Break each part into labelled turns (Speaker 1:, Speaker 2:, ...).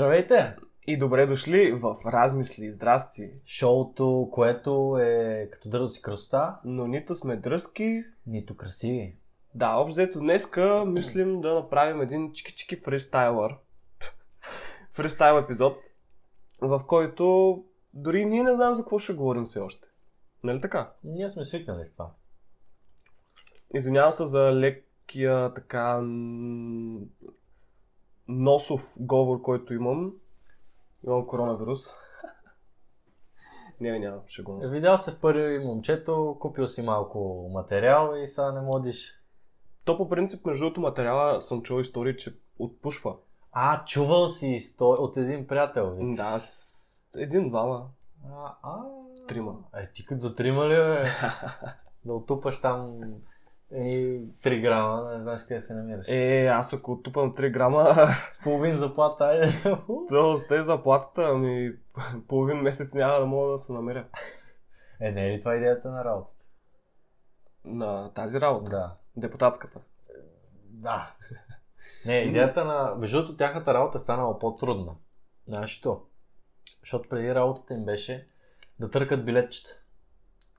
Speaker 1: Здравейте!
Speaker 2: И добре дошли в Размисли, здрасти.
Speaker 1: Шоуто, което е като дързост и красота,
Speaker 2: Но нито сме дръзки.
Speaker 1: нито красиви.
Speaker 2: Да, обзето днеска мислим да направим един чики-чики фристайлър. Фристайл епизод, в който дори ние не знаем за какво ще говорим все още. Нали така?
Speaker 1: Ние сме свикнали с това.
Speaker 2: Извинявам се за лекия така м, носов говор, който имам. Имам коронавирус. не, няма, ще го нося.
Speaker 1: Видял се в първи момчето, купил си малко материал и сега не модиш.
Speaker 2: То по принцип, между другото, материала съм чул истории, че отпушва.
Speaker 1: А, чувал си сто... от един приятел. Ви.
Speaker 2: Да, с един-двама.
Speaker 1: А, а...
Speaker 2: Трима.
Speaker 1: Е, ти като за трима ли, бе? да отупаш там и 3 грама, не знаеш къде се намираш.
Speaker 2: Е, аз ако оттупам 3 грама,
Speaker 1: Половин заплата, айде.
Speaker 2: то с те заплатата, ами половин месец няма да мога да се намеря
Speaker 1: е, не е ли това идеята на работата?
Speaker 2: на тази работа,
Speaker 1: Да.
Speaker 2: депутатската.
Speaker 1: Да. Не, идеята на... Между другото, тяхната работа е станала по-трудна. Знаеш що? Защото преди работата им беше да търкат билетчета.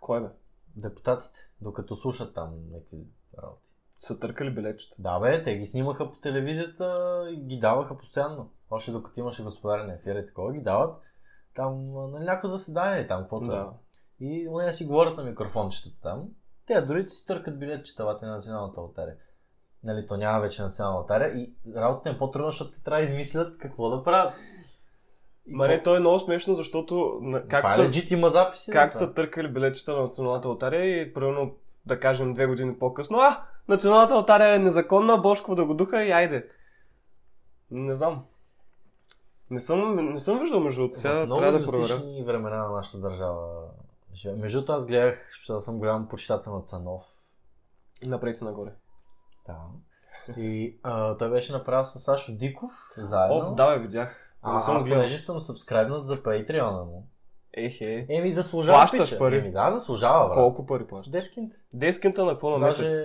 Speaker 2: Кой бе?
Speaker 1: Депутатите, докато слушат там някакви работи.
Speaker 2: Са търкали билетчета.
Speaker 1: Да бе, те ги снимаха по телевизията и ги даваха постоянно. Още докато имаше господарен ефир и такова, ги дават там а, на някакво заседание или там, каквото е.
Speaker 2: Да.
Speaker 1: И те си говорят на микрофончетата там. Те дори си търкат билетчета вате е на националната алтаря. Нали, то няма вече национална алтаря и работата им е по-трудна, защото те трябва да измислят какво да правят. И
Speaker 2: Ма
Speaker 1: какво-
Speaker 2: не, то е много смешно, защото на-
Speaker 1: Това
Speaker 2: как
Speaker 1: е
Speaker 2: са,
Speaker 1: legit, има записи.
Speaker 2: как
Speaker 1: за е това.
Speaker 2: са търкали билетчета на националната алтария и примерно да кажем две години по-късно, а, националната алтария е незаконна, Бошкова да го духа и айде. Не знам. Не съм, не съм виждал между другото. Сега
Speaker 1: В много
Speaker 2: трябва да проверя.
Speaker 1: екзотични времена на нашата държава. живеем. Между другото, аз гледах, защото аз съм голям почитател на Цанов.
Speaker 2: Напред си нагоре.
Speaker 1: Да. И а, той беше направил с Сашо Диков заедно.
Speaker 2: О, да, бе, видях.
Speaker 1: А,
Speaker 2: Не съм
Speaker 1: аз
Speaker 2: гледал.
Speaker 1: понеже съм сабскрайбнат за Patreon му.
Speaker 2: Ехе.
Speaker 1: Еми, заслужава.
Speaker 2: Плащаш
Speaker 1: пича.
Speaker 2: пари.
Speaker 1: Еми, да, заслужава, брат.
Speaker 2: Колко пари плащаш?
Speaker 1: Дескинт.
Speaker 2: Дескинта на какво на
Speaker 1: Даже
Speaker 2: месец?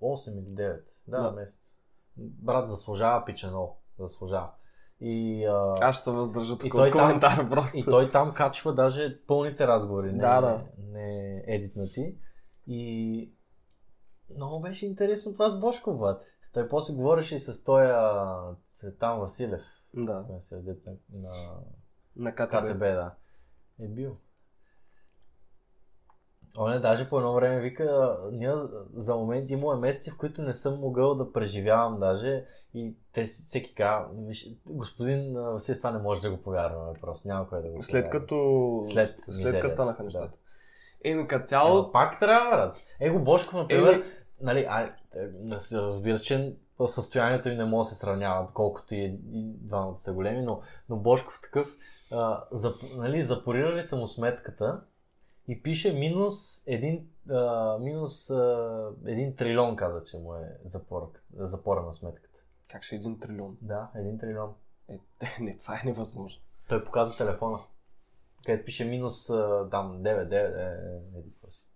Speaker 1: 8 или 9. Да,
Speaker 2: Да.
Speaker 1: на месец. Брат, заслужава пича много. Заслужава. И, а...
Speaker 2: Аз ще се въздържа тук
Speaker 1: той
Speaker 2: от
Speaker 1: там-
Speaker 2: коментар просто.
Speaker 1: И той там качва даже пълните разговори, не,
Speaker 2: Да, да.
Speaker 1: не едитнати. И много беше интересно това с Бошко, брат. Той после говореше и с този а, Цветан Василев,
Speaker 2: Да,
Speaker 1: който се дет на, на
Speaker 2: на КТБ.
Speaker 1: КТБ, да. Е бил. Он е даже по едно време вика, ние за момент имало месеци, в които не съм могъл да преживявам даже и те си- всеки казва, «Виж, господин а, Василев, това не може да го повярваме просто, няма кой да го
Speaker 2: След
Speaker 1: повярва».
Speaker 2: като...
Speaker 1: След
Speaker 2: след
Speaker 1: мизерията,
Speaker 2: като станаха
Speaker 1: да.
Speaker 2: нещата. Еми, като
Speaker 1: Ама
Speaker 2: цяло...
Speaker 1: пак трябва, брат. Его Бошков, например,
Speaker 2: Еми,
Speaker 1: нали, а, е, да се- разбира се, че състоянието им не може да се сравнява, колкото и, и двамата са големи, но, но Бошков такъв, а, зап, нали, запорирали са му сметката и пише минус един, а, минус а, един трилион, каза, че му е запор, запора на сметката.
Speaker 2: Как ще е един трилион?
Speaker 1: Да, един трилион.
Speaker 2: Е, те, не, това е невъзможно.
Speaker 1: Той показа телефона, където пише минус а, там 9, 9, е, е, еди какво си.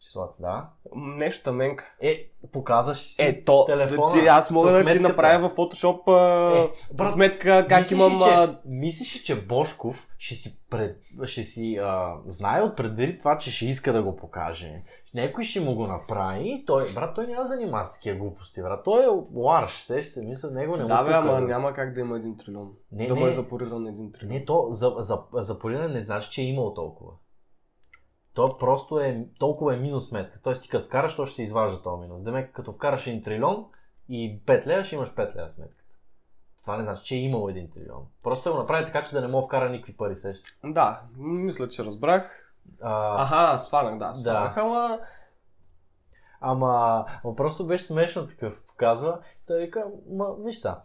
Speaker 1: числата, да.
Speaker 2: М, Нещо менка.
Speaker 1: Е, показваш си
Speaker 2: Е, то,
Speaker 1: телефона
Speaker 2: ти, аз мога
Speaker 1: с
Speaker 2: да ти
Speaker 1: сметката.
Speaker 2: направя в Photoshop а,
Speaker 1: Е,
Speaker 2: брат,
Speaker 1: брат,
Speaker 2: сметка как
Speaker 1: мислиш ли,
Speaker 2: имам... а,
Speaker 1: Че, мислиш ли, че Бошков ще си, пред, ще си а, знае от предвид това, че ще иска да го покаже? Някой ще му го направи и той, брат, той няма да занимава с такива глупости, брат. Той е ларш, се ще се мисля, него не му
Speaker 2: Да, бе,
Speaker 1: пука.
Speaker 2: ама няма как да има един трилион.
Speaker 1: Не,
Speaker 2: да му
Speaker 1: не.
Speaker 2: е запориран един трилион.
Speaker 1: Не, то за, за, за пориране не значи, че е имал толкова. То просто е, толкова е минус сметка. Тоест ти като вкараш, то ще се изважда този минус. Демек, като вкараш един трилион и 5 лева, ще имаш 5 лева сметката. Това не значи, че е имал един трилион. Просто се го направи така, че да не мога вкара никакви пари. Сеш.
Speaker 2: Да, мисля, че разбрах.
Speaker 1: А,
Speaker 2: Аха, сванах, да. Сванах,
Speaker 1: Да.
Speaker 2: ама...
Speaker 1: ама въпросът беше смешно такъв, показва. Той вика, ма, виж са,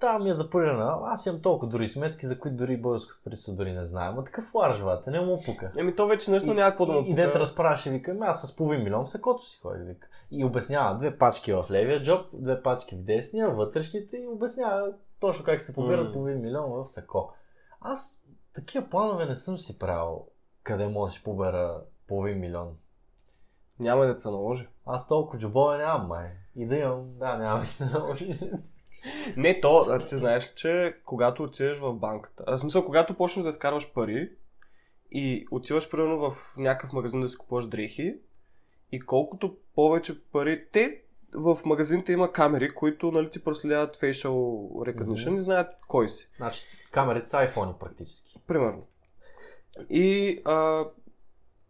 Speaker 1: Та ми е запорирана. Аз имам толкова дори сметки, за които дори българското правителство дори не знае. Ма такъв ларжвате, не му пука.
Speaker 2: Еми, то вече наистина няма какво да му
Speaker 1: И дете разправяше, вика, «Ами аз с половин милион в сакото си ходих, вика. И обяснява две пачки в левия джоб, две пачки в десния, вътрешните и обяснява точно как се побират
Speaker 2: М.
Speaker 1: половин милион в сако. Аз такива планове не съм си правил, къде мога да си побера половин милион.
Speaker 2: Няма да се наложи.
Speaker 1: Аз толкова джобове нямам, май. И да имам, да, няма да се наложи.
Speaker 2: Не, то, а ти знаеш, че когато отидеш в банката, а, в смисъл, когато почнеш да изкарваш пари и отиваш примерно в някакъв магазин да си купуваш дрехи и колкото повече пари, те в магазините има камери, които нали, ти проследяват facial recognition
Speaker 1: Мгм.
Speaker 2: и знаят кой си.
Speaker 1: Значи, камерите са iPhone практически.
Speaker 2: Примерно. И а,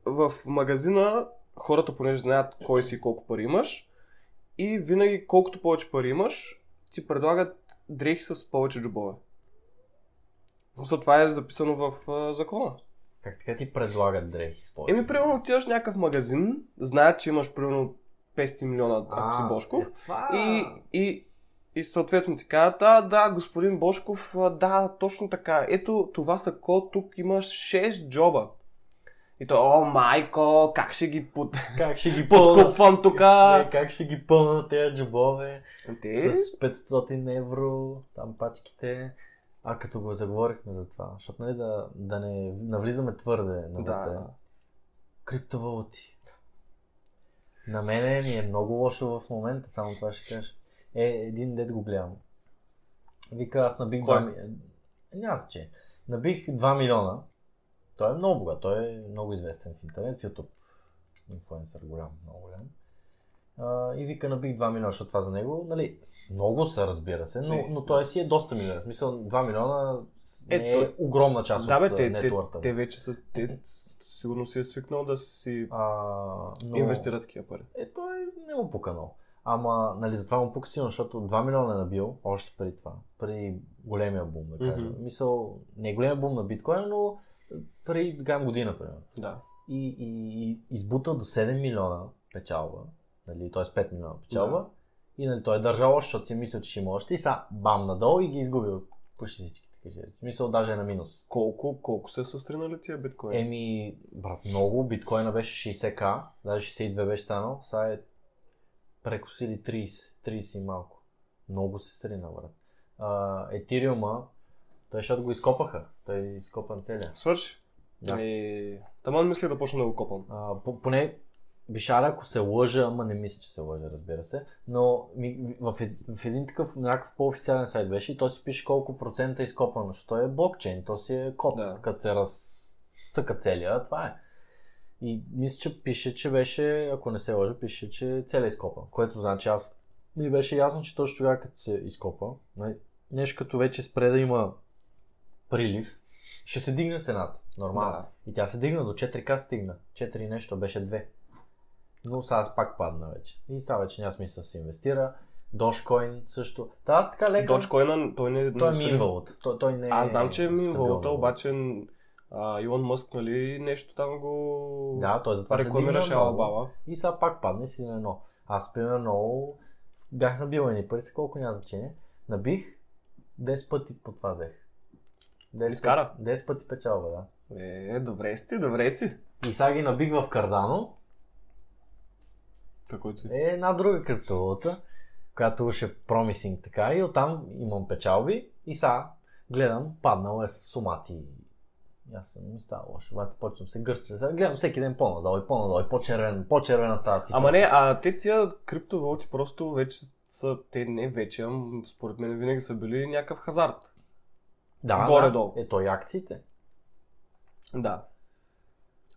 Speaker 2: в магазина хората, понеже знаят кой си и колко пари имаш, и винаги колкото повече пари имаш, ти предлагат дрехи с повече джобове. За това е записано в а, закона.
Speaker 1: Как така ти предлагат дрехи? с повече?
Speaker 2: Еми, примерно отиваш в някакъв магазин, знаят, че имаш примерно 500 милиона, ако си
Speaker 1: А,
Speaker 2: Бошков,
Speaker 1: е, това...
Speaker 2: и, и, и съответно ти казват, а, да, господин Бошков, а, да, точно така. Ето, това са ко, тук имаш 6 джоба. И той, о, майко, как ще ги под...
Speaker 1: Как ще ги пълна?
Speaker 2: подкупвам тук?
Speaker 1: Не, как ще ги пълна тези джобове?
Speaker 2: Те?
Speaker 1: С 500 евро, там пачките. А като го заговорихме за това, защото нали да, да не навлизаме твърде на
Speaker 2: Да.
Speaker 1: криптовалути. На мене ми е много лошо в момента, само това ще кажа. Е, един дед го гледам. Вика, аз набих
Speaker 2: Кой?
Speaker 1: 2 милиона. Няма значение. Набих 2 милиона. Той е много богат, той е много известен в интернет, в YouTube. Инфуенсър голям, много голям. А, и вика, набих 2 милиона, защото това за него, нали, много са, разбира се, но, но той си е доста милион. В смисъл, 2 милиона с-
Speaker 2: Е,
Speaker 1: не е,
Speaker 2: той-
Speaker 1: огромна част
Speaker 2: Да, бе,
Speaker 1: от е,
Speaker 2: те, те,
Speaker 1: нетворта.
Speaker 2: те вече са, те, с- сигурно си е свикнал да си
Speaker 1: А, но...
Speaker 2: инвестират такива пари.
Speaker 1: Е, той не му пука много. Ама, нали, затова му пука силно, защото 2 милиона е набил още преди това. При големия бум, да кажем.
Speaker 2: Мгм.
Speaker 1: Мисъл, не е големия бум на биткоина, но преди гам година, примерно.
Speaker 2: Да.
Speaker 1: И, и, и избута до 7 милиона печалба, нали, т.е. 5 милиона печалба.
Speaker 2: Да.
Speaker 1: И нали, той е държал още, защото си е мислил, че ще има още и сега бам надолу и ги е изгубил почти всичките кажи. Мисъл, даже е на минус.
Speaker 2: Колко, колко се сестринали тия биткоини?
Speaker 1: Еми, Е, брат, много. Биткоина беше 60к, даже 62 беше станал. Сега е прекусили 30, 30 и малко. Много се срина, брат. А, Етириума, той защото го изкопаха. Той е изкопан целия.
Speaker 2: Свърши.
Speaker 1: Да.
Speaker 2: И... Таман мисля да почна да го копам.
Speaker 1: А, по- поне Бишара, ако се лъжа, ама не мисля, че се лъжа, разбира се, но ми, в, ед- в един такъв някакъв по-официален сайт беше и той си пише колко процента е изкопано, защото е блокчейн, то си е код,
Speaker 2: Да.
Speaker 1: да. като се разцъка целия, това е. И мисля, че пише, че беше, ако не се лъжа, пише, че целия е изкопан, което значи аз ми беше ясно, че точно тогава като се изкопа, нали, нещо като вече спре да има прилив, ще се дигне цената, нормално.
Speaker 2: Да.
Speaker 1: И тя се дигна до 4К стигна. 4 и нещо беше 2. Но сега аз пак падна вече. И сега вече няма смисъл да се инвестира. Dogecoin също. Та аз така лека.
Speaker 2: Дочкоина, той не,
Speaker 1: Той
Speaker 2: не се-
Speaker 1: е мин валут. Той, той не е
Speaker 2: Аз знам, че е мин
Speaker 1: стабилна
Speaker 2: валута,
Speaker 1: валута.
Speaker 2: обаче а, Илон Мъск, нали, нещо там го...
Speaker 1: Да, той затова се
Speaker 2: рекламираше
Speaker 1: дигна много.
Speaker 2: Алабама.
Speaker 1: И сега пак падна и си на едно. Аз примерно бях набил едни пари, са колко няма значение. Набих 10 пъти по това взех. 10 пъти-
Speaker 2: Изкара?
Speaker 1: 10 пъти печалба, да.
Speaker 2: Е, добре сте, добре си.
Speaker 1: И сега ги набих в Кардано.
Speaker 2: Какво ти?
Speaker 1: е една друга криптовалута, която беше промисинг така и оттам имам печалби и сега гледам, паднала е с сумати. И Аз съм ми става лошо, обаче почвам се гърча. Сега гледам всеки ден по-надолу и по-надолу и по-червен, по-червена става цифра.
Speaker 2: Ама не, а те тия криптовалути просто вече са, те не вече, ам, според мен винаги са били някакъв хазарт.
Speaker 1: да,
Speaker 2: горе-долу.
Speaker 1: Да. Ето и акциите.
Speaker 2: Да.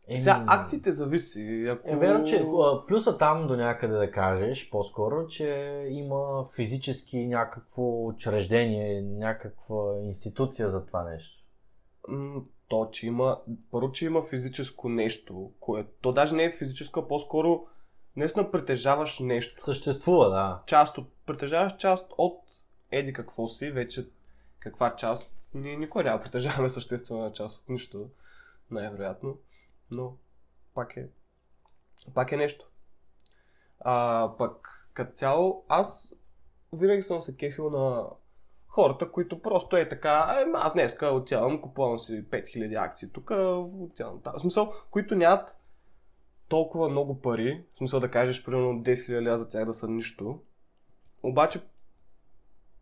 Speaker 1: Еми,
Speaker 2: Сега акциите зависи. Ако...
Speaker 1: Е, верно, че а, плюса там до някъде да кажеш по-скоро, че има физически някакво учреждение, някаква институция за това нещо.
Speaker 2: М, то, че има, първо, че има физическо нещо, което, то даже не е физическо, а по-скоро наистина притежаваш нещо.
Speaker 1: Съществува, да.
Speaker 2: част от, притежаваш част от еди какво си, вече каква част, ние никой няма да притежаваме съществена част от нищо, най-вероятно, но пак е, пак е нещо. А, пък, като цяло, аз винаги съм се кефил на хората, които просто е така, е, аз днеска отивам, купувам си 5000 акции, тук отивам там. В смисъл, които нямат толкова много пари, в смисъл да кажеш, примерно 10 000 лева за тях да са нищо, обаче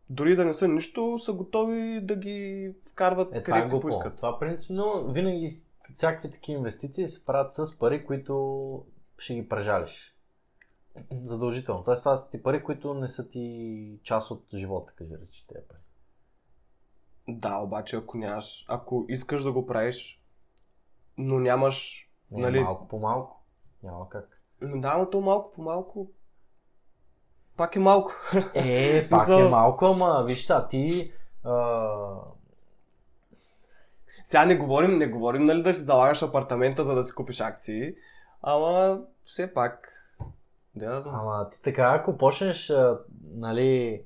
Speaker 2: дори да не са нищо, са готови да ги вкарват
Speaker 1: Е, това е
Speaker 2: където си
Speaker 1: глупо.
Speaker 2: поискат.
Speaker 1: Това принципно винаги с- всякакви такива инвестиции се правят с пари, които ще ги прежалиш. Задължително. Тоест това са ти пари, които не са ти част от живота, кажи речи тези пари.
Speaker 2: Да, обаче ако нямаш, ако искаш да го правиш, но нямаш,
Speaker 1: Не,
Speaker 2: нали...
Speaker 1: Малко по малко. Няма как.
Speaker 2: М, Да, но то малко по малко, пак е малко.
Speaker 1: Е, пак
Speaker 2: смисъл-
Speaker 1: е малко, ама виж са, ти... А...
Speaker 2: Сега не говорим, не говорим, нали, да си залагаш апартамента, за да си купиш акции, ама все пак, да я знам.
Speaker 1: Ама ти така, ако почнеш, а, нали,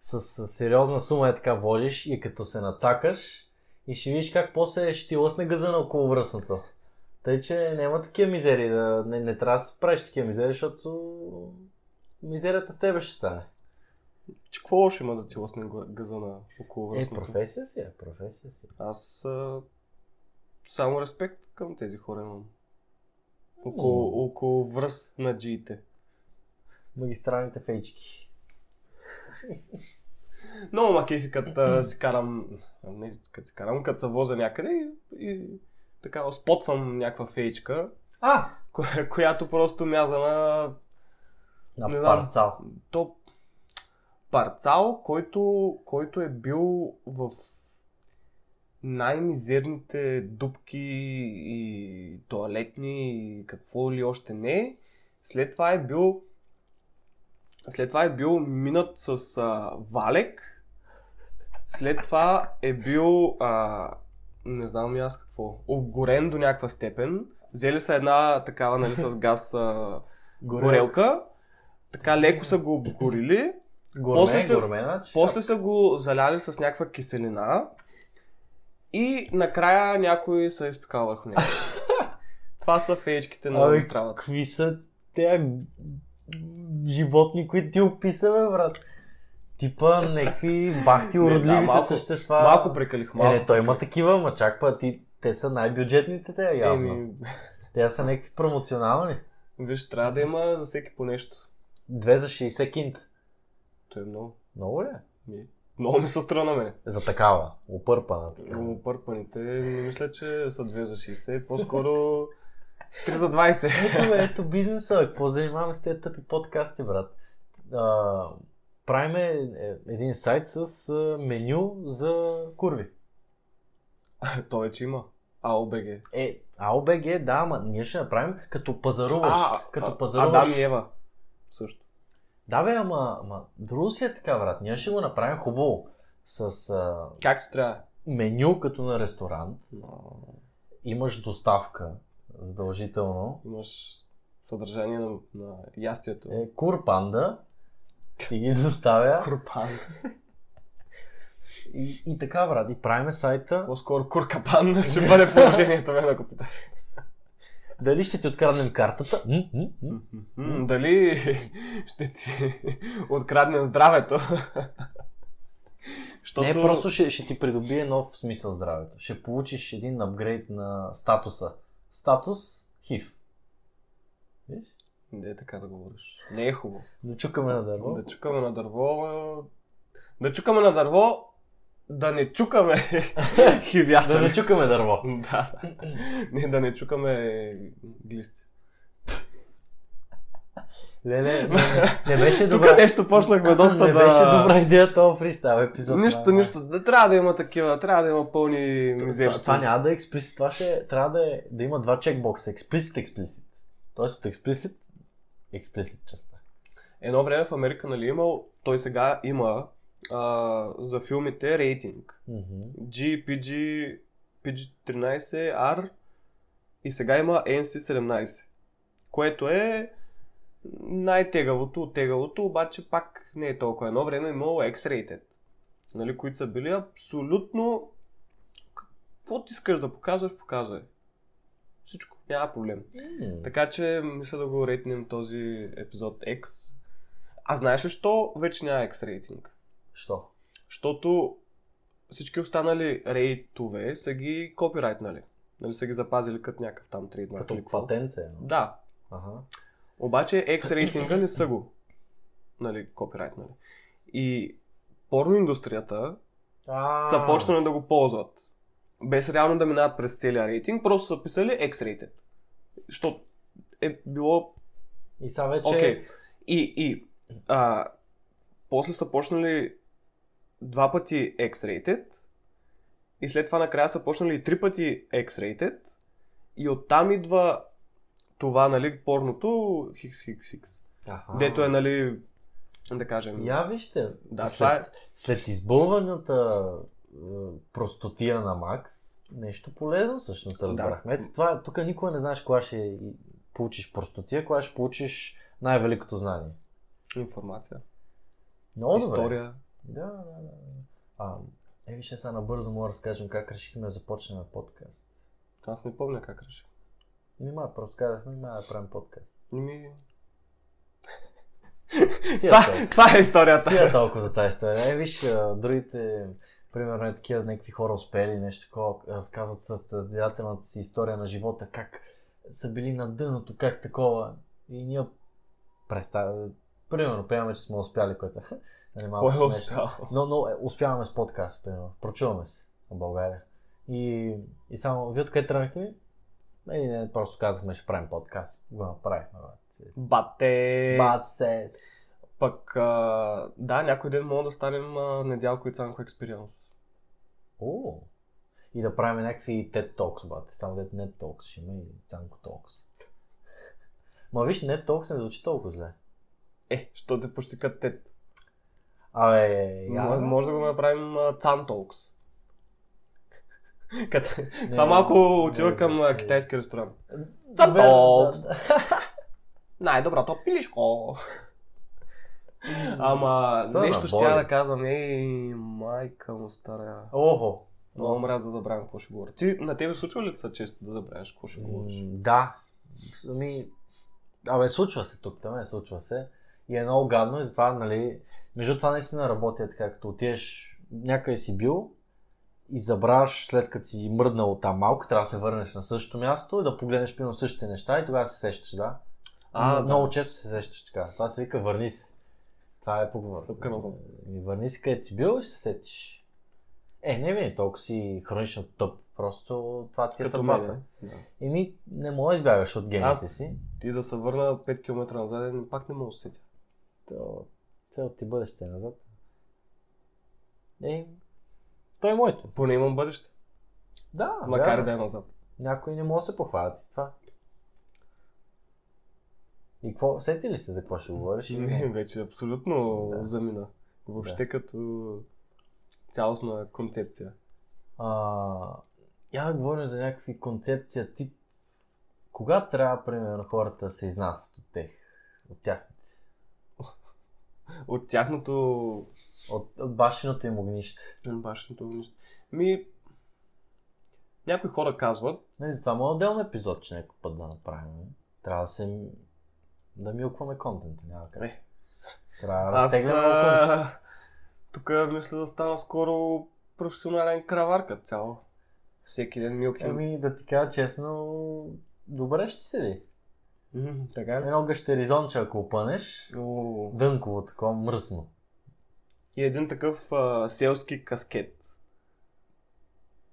Speaker 1: с, с сериозна сума е така вложиш и като се нацакаш и ще видиш как после ще ти лъсне газа на около връзното. Тъй, че няма такива мизери, да, не, не трябва да си правиш такива мизери, защото мизерията с тебе ще стане.
Speaker 2: Че какво лошо има да ти лъсне гла- газа на около
Speaker 1: Е,
Speaker 2: връзното?
Speaker 1: професия си е, професия си.
Speaker 2: Аз а, само респект към тези хора имам. Около, около връз на джиите.
Speaker 1: Магистралните фейчки.
Speaker 2: Много ма кефи, като а, си карам, а, не като си карам, като се возя някъде и, и така спотвам някаква феечка,
Speaker 1: А!
Speaker 2: коя, която просто мяза на
Speaker 1: На
Speaker 2: Не знам.
Speaker 1: парцал.
Speaker 2: то парцал, който, който е бил в най-мизерните дупки и туалетни и какво ли още не. След това е бил след това е бил минат с а, валек. След това е бил а, не знам и аз какво. Обгорен до някаква степен. Взели са една такава, нали, с газ а, горелка. Така леко са го обгорили.
Speaker 1: Горме,
Speaker 2: После се-
Speaker 1: горме, значи.
Speaker 2: После са го заляли с някаква киселина. И накрая някой се е изпекал върху него. Това са феечките на
Speaker 1: Абе,
Speaker 2: магистралата.
Speaker 1: Какви са тези животни, които ти описаме, брат? Типа някакви бахти
Speaker 2: Не, да,
Speaker 1: уродливите
Speaker 2: малко-
Speaker 1: същества.
Speaker 2: Малко прекалих,
Speaker 1: Е, не,
Speaker 2: малко.
Speaker 1: той има такива, ма чак па, ти, те са най-бюджетните те, е явно.
Speaker 2: Еми,
Speaker 1: Те са някакви промоционални.
Speaker 2: Ами, виж, трябва да има за всеки по нещо.
Speaker 1: Две за 60 кинт.
Speaker 2: Той е много.
Speaker 1: Много ли? е?
Speaker 2: Много ми се струва на мене.
Speaker 1: За такава, опърпана.
Speaker 2: Но опърпаните не мисля, че са 2 за 60, по-скоро 3 за 20.
Speaker 1: Ето, бе, ето бизнеса, бе, какво занимаваме с тези тъпи подкасти, брат? А, правиме е, един сайт с а, меню за курви.
Speaker 2: Той е, че има. АОБГ.
Speaker 1: Е, АОБГ, да, ама ние ще направим като пазаруваш. като пазаруваш.
Speaker 2: Адам и Ева. Също.
Speaker 1: Да, бе, ама, ама друго си е така, брат. Ние ще го направим хубаво. С а,
Speaker 2: Как се трябва?
Speaker 1: меню като на ресторант.
Speaker 2: Но...
Speaker 1: Имаш доставка, задължително.
Speaker 2: имаш съдържание на, на ястието.
Speaker 1: Е, кур панда. Ти ги доставя.
Speaker 2: Курпан.
Speaker 1: И, и така, брат. И правиме сайта.
Speaker 2: По-скоро куркапан ще бъде положението, мен ако питаш.
Speaker 1: Дали ще ти откраднем картата? М, м, м.
Speaker 2: М, Дали ще ти откраднем здравето? Щото...
Speaker 1: Не, просто ще, ще ти придобие нов смисъл здравето. Ще получиш един апгрейд на статуса. Статус хив. Виж?
Speaker 2: Не е така да говориш. Не е хубаво.
Speaker 1: Да чукаме на дърво.
Speaker 2: Да чукаме на дърво... а, Да чукаме на дърво, да не чукаме
Speaker 1: Да
Speaker 2: хивясане.
Speaker 1: не чукаме дърво.
Speaker 2: Да, да. Не, да не чукаме глисти.
Speaker 1: Леле, не, не, не беше
Speaker 2: Тук
Speaker 1: добра.
Speaker 2: нещо почнахме доста
Speaker 1: Е, не
Speaker 2: да...
Speaker 1: беше добра идея този фристайл епизод.
Speaker 2: Нищо,
Speaker 1: Да, да.
Speaker 2: нищо. Да, трябва да има такива, трябва да има пълни
Speaker 1: Това,
Speaker 2: мизерства.
Speaker 1: това няма да е експлисит. Това ще трябва да, е, да има два чекбокса. Експлисит, експлисит. Тоест от експлисит, експлисит частта.
Speaker 2: Едно време в Америка, нали, имал, той сега има а, за филмите рейтинг.
Speaker 1: Мгм.
Speaker 2: G, PG, PG-13, R и сега има NC-17, което е най-тегавото от тегавото, обаче пак не е толкова. Едно време имало X-rated, нали, които са били абсолютно... Какво ти искаш да показваш, показвай. Всичко, няма проблем.
Speaker 1: М.
Speaker 2: Така че мисля да го рейтнем този епизод X. А знаеш ли, що вече няма X рейтинг?
Speaker 1: Що?
Speaker 2: Защото всички останали рейтове са ги копирайтнали. Нали са ги запазили като някакъв там трейдмарк. или
Speaker 1: Като е,
Speaker 2: какво.
Speaker 1: патенце. едно.
Speaker 2: Да.
Speaker 1: Ага.
Speaker 2: Обаче X рейтинга не са го. Нали, копирайтнали. И порно индустрията са почнали да го ползват. Без реално да минават през целия рейтинг, просто са писали X-rated. Защото е било
Speaker 1: И сега вече
Speaker 2: Окей. И, и а, после са почнали два пъти X-rated и след това накрая са почнали и три пъти X-rated и оттам идва това, нали, порното XXX.
Speaker 1: Аха.
Speaker 2: Дето е, нали, да кажем.
Speaker 1: Я вижте,
Speaker 2: Да, това е.
Speaker 1: след, след избълваната е, простотия на Макс, нещо полезно всъщност разбрахме. Ето това, е- тук никога не знаеш кога ще и- получиш простотия, кога ще получиш най-великото знание.
Speaker 2: Информация.
Speaker 1: Много добре.
Speaker 2: история.
Speaker 1: Да, да, да, да. А, е, вижте, сега набързо мога да разкажем как решихме да започнем подкаст.
Speaker 2: Аз не помня как реши.
Speaker 1: Нима, просто казахме, нима да правим подкаст.
Speaker 2: Ми...
Speaker 1: Стига толкова.
Speaker 2: Това, това е историята.
Speaker 1: Стига толкова за тази история. Е, виж, а, другите, примерно, е такива някакви хора успели нещо такова, разказват състезателната си история на живота, как са били на дъното, как такова. И ние представя, примерно, пееме, че сме успяли, което е малко
Speaker 2: Кой е
Speaker 1: смешно.
Speaker 2: успял?
Speaker 1: Но, но е, успяваме с подкаст, примерно. Прочуваме се в България. И, и само, вие откъде тръгнахте ми? Един ден просто казахме, ще правим подкаст. Го направихме. бе.
Speaker 2: Бате!
Speaker 1: Бат се.
Speaker 2: Пък, а, да, някой ден мога да станем а, Недялко и Цанко Експириенс.
Speaker 1: О, и да правим някакви TED Talks, бате. Само дет не Talks, ще има и Цанко Talks. Ма виж, не Talks не звучи толкова зле.
Speaker 2: Е, що те почти като те.
Speaker 1: Абе, я...
Speaker 2: М- Може да го направим а, Цан Толкс. Като-
Speaker 1: Не,
Speaker 2: Това малко
Speaker 1: не значи.
Speaker 2: отива към а,
Speaker 1: звучи.
Speaker 2: китайски ресторант.
Speaker 1: Добре, да,
Speaker 2: Talks.
Speaker 1: да.
Speaker 2: Най-доброто пилишко! Ама,
Speaker 1: Съна,
Speaker 2: нещо ще
Speaker 1: боли.
Speaker 2: я да казвам. Ей, майка му стара.
Speaker 1: Охо.
Speaker 2: Много мразя да забравям какво ще говоря. Ти, на тебе случва ли са често да забравяш какво ще
Speaker 1: М,
Speaker 2: говориш?
Speaker 1: Да. Ами, абе, случва се тук, там е, случва се. И е много гадно и затова, нали, между това наистина работи е така, като отидеш някъде си бил и забравяш след като си мръднал там малко, трябва да се върнеш на същото място и да погледнеш примерно същите неща и тогава се сещаш, да. А,
Speaker 2: да.
Speaker 1: много често се сещаш така. Това се вика върни се. Това е поговор.
Speaker 2: Стъпка назад.
Speaker 1: И върни се където си бил и се сетиш. Е, не винаги толкова си хронично тъп. Просто това ти е
Speaker 2: Като
Speaker 1: съдбата.
Speaker 2: мен, да.
Speaker 1: Еми, не мога да избягаш от гените
Speaker 2: Аз
Speaker 1: си.
Speaker 2: ти да се върна 5 км назад, и пак не мога да се сетя.
Speaker 1: То, цел ти бъдеще е назад. Е, той е моето.
Speaker 2: Поне имам бъдеще,
Speaker 1: Да,
Speaker 2: макар
Speaker 1: да.
Speaker 2: да е назад.
Speaker 1: Някой не може да се похвалят с това. И какво, сети ли се за какво ще говориш? или
Speaker 2: Не,
Speaker 1: не?
Speaker 2: вече абсолютно
Speaker 1: Да.
Speaker 2: замина. Въобще като цялостна концепция.
Speaker 1: А, я говорим за някакви концепция тип. Кога трябва, примерно, хората да се изнасят от тях? От тях.
Speaker 2: От тяхното
Speaker 1: От, от башеното им огнище.
Speaker 2: башното нищо. Ми, някои хора казват,
Speaker 1: Не, за това има отделен е епизод, че някой път да направим. Трябва да се... Да милкваме контента, няма как.
Speaker 2: Е.
Speaker 1: Трябва да
Speaker 2: аз
Speaker 1: разтеглям контента.
Speaker 2: тук мисля да стана скоро професионален краварка цяло. Всеки ден милки.
Speaker 1: Еми, Ами, да ти кажа честно, добре ще седи.
Speaker 2: Мгм, Така ли?
Speaker 1: Едно гъщеризонче, ако опънеш,
Speaker 2: О,
Speaker 1: дънково, такова мръсно.
Speaker 2: И един такъв а, селски каскет.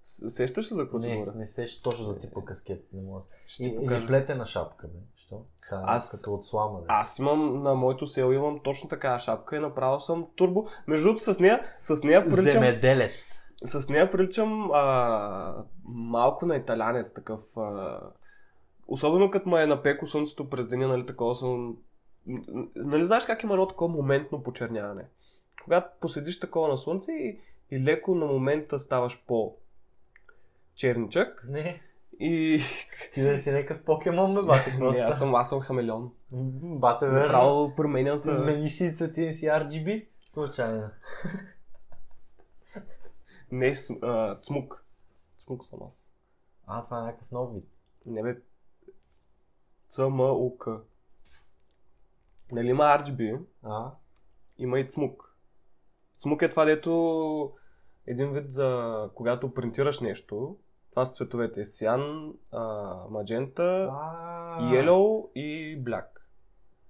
Speaker 2: С- Сещаш ли за какво ти
Speaker 1: Не,
Speaker 2: говоря? Е.
Speaker 1: не се ще точно за типа каскет, не мога. да-
Speaker 2: Ще
Speaker 1: И,
Speaker 2: ти
Speaker 1: или
Speaker 2: покажа.
Speaker 1: плетена шапка, бе. Що? Та,
Speaker 2: Аз-
Speaker 1: като от слама, бе.
Speaker 2: Аз имам на моето село имам точно такава шапка и направил съм турбо. Между другото с нея, с нея приличам,
Speaker 1: Земеделец.
Speaker 2: с нея приличам а, малко на италянец такъв. А, особено като ме е напеко слънцето през деня, нали такова съм... м, м, Нали знаеш как има едно такова моментно почерняване? Когато поседиш такова на слънце и, и леко на момента ставаш по черничък
Speaker 1: Не,
Speaker 2: и...
Speaker 1: ти да си някакъв покемон, бе, бате,
Speaker 2: Не, аз
Speaker 1: просто.
Speaker 2: съм, аз съм хамелеон.
Speaker 1: М, Бате, бе.
Speaker 2: Направо променям се.
Speaker 1: Мениш си цветин си RGB? Случайно.
Speaker 2: Не, см- а, цмук. Цмук съм аз.
Speaker 1: А, това е някакъв нов вид.
Speaker 2: Не бе. Цмук. Нали има RGB,
Speaker 1: А,
Speaker 2: има и цмук. Цмук е това, дето един вид за когато принтираш нещо. Това са цветовете. Сиан, а, маджента,
Speaker 1: а.
Speaker 2: yellow и black.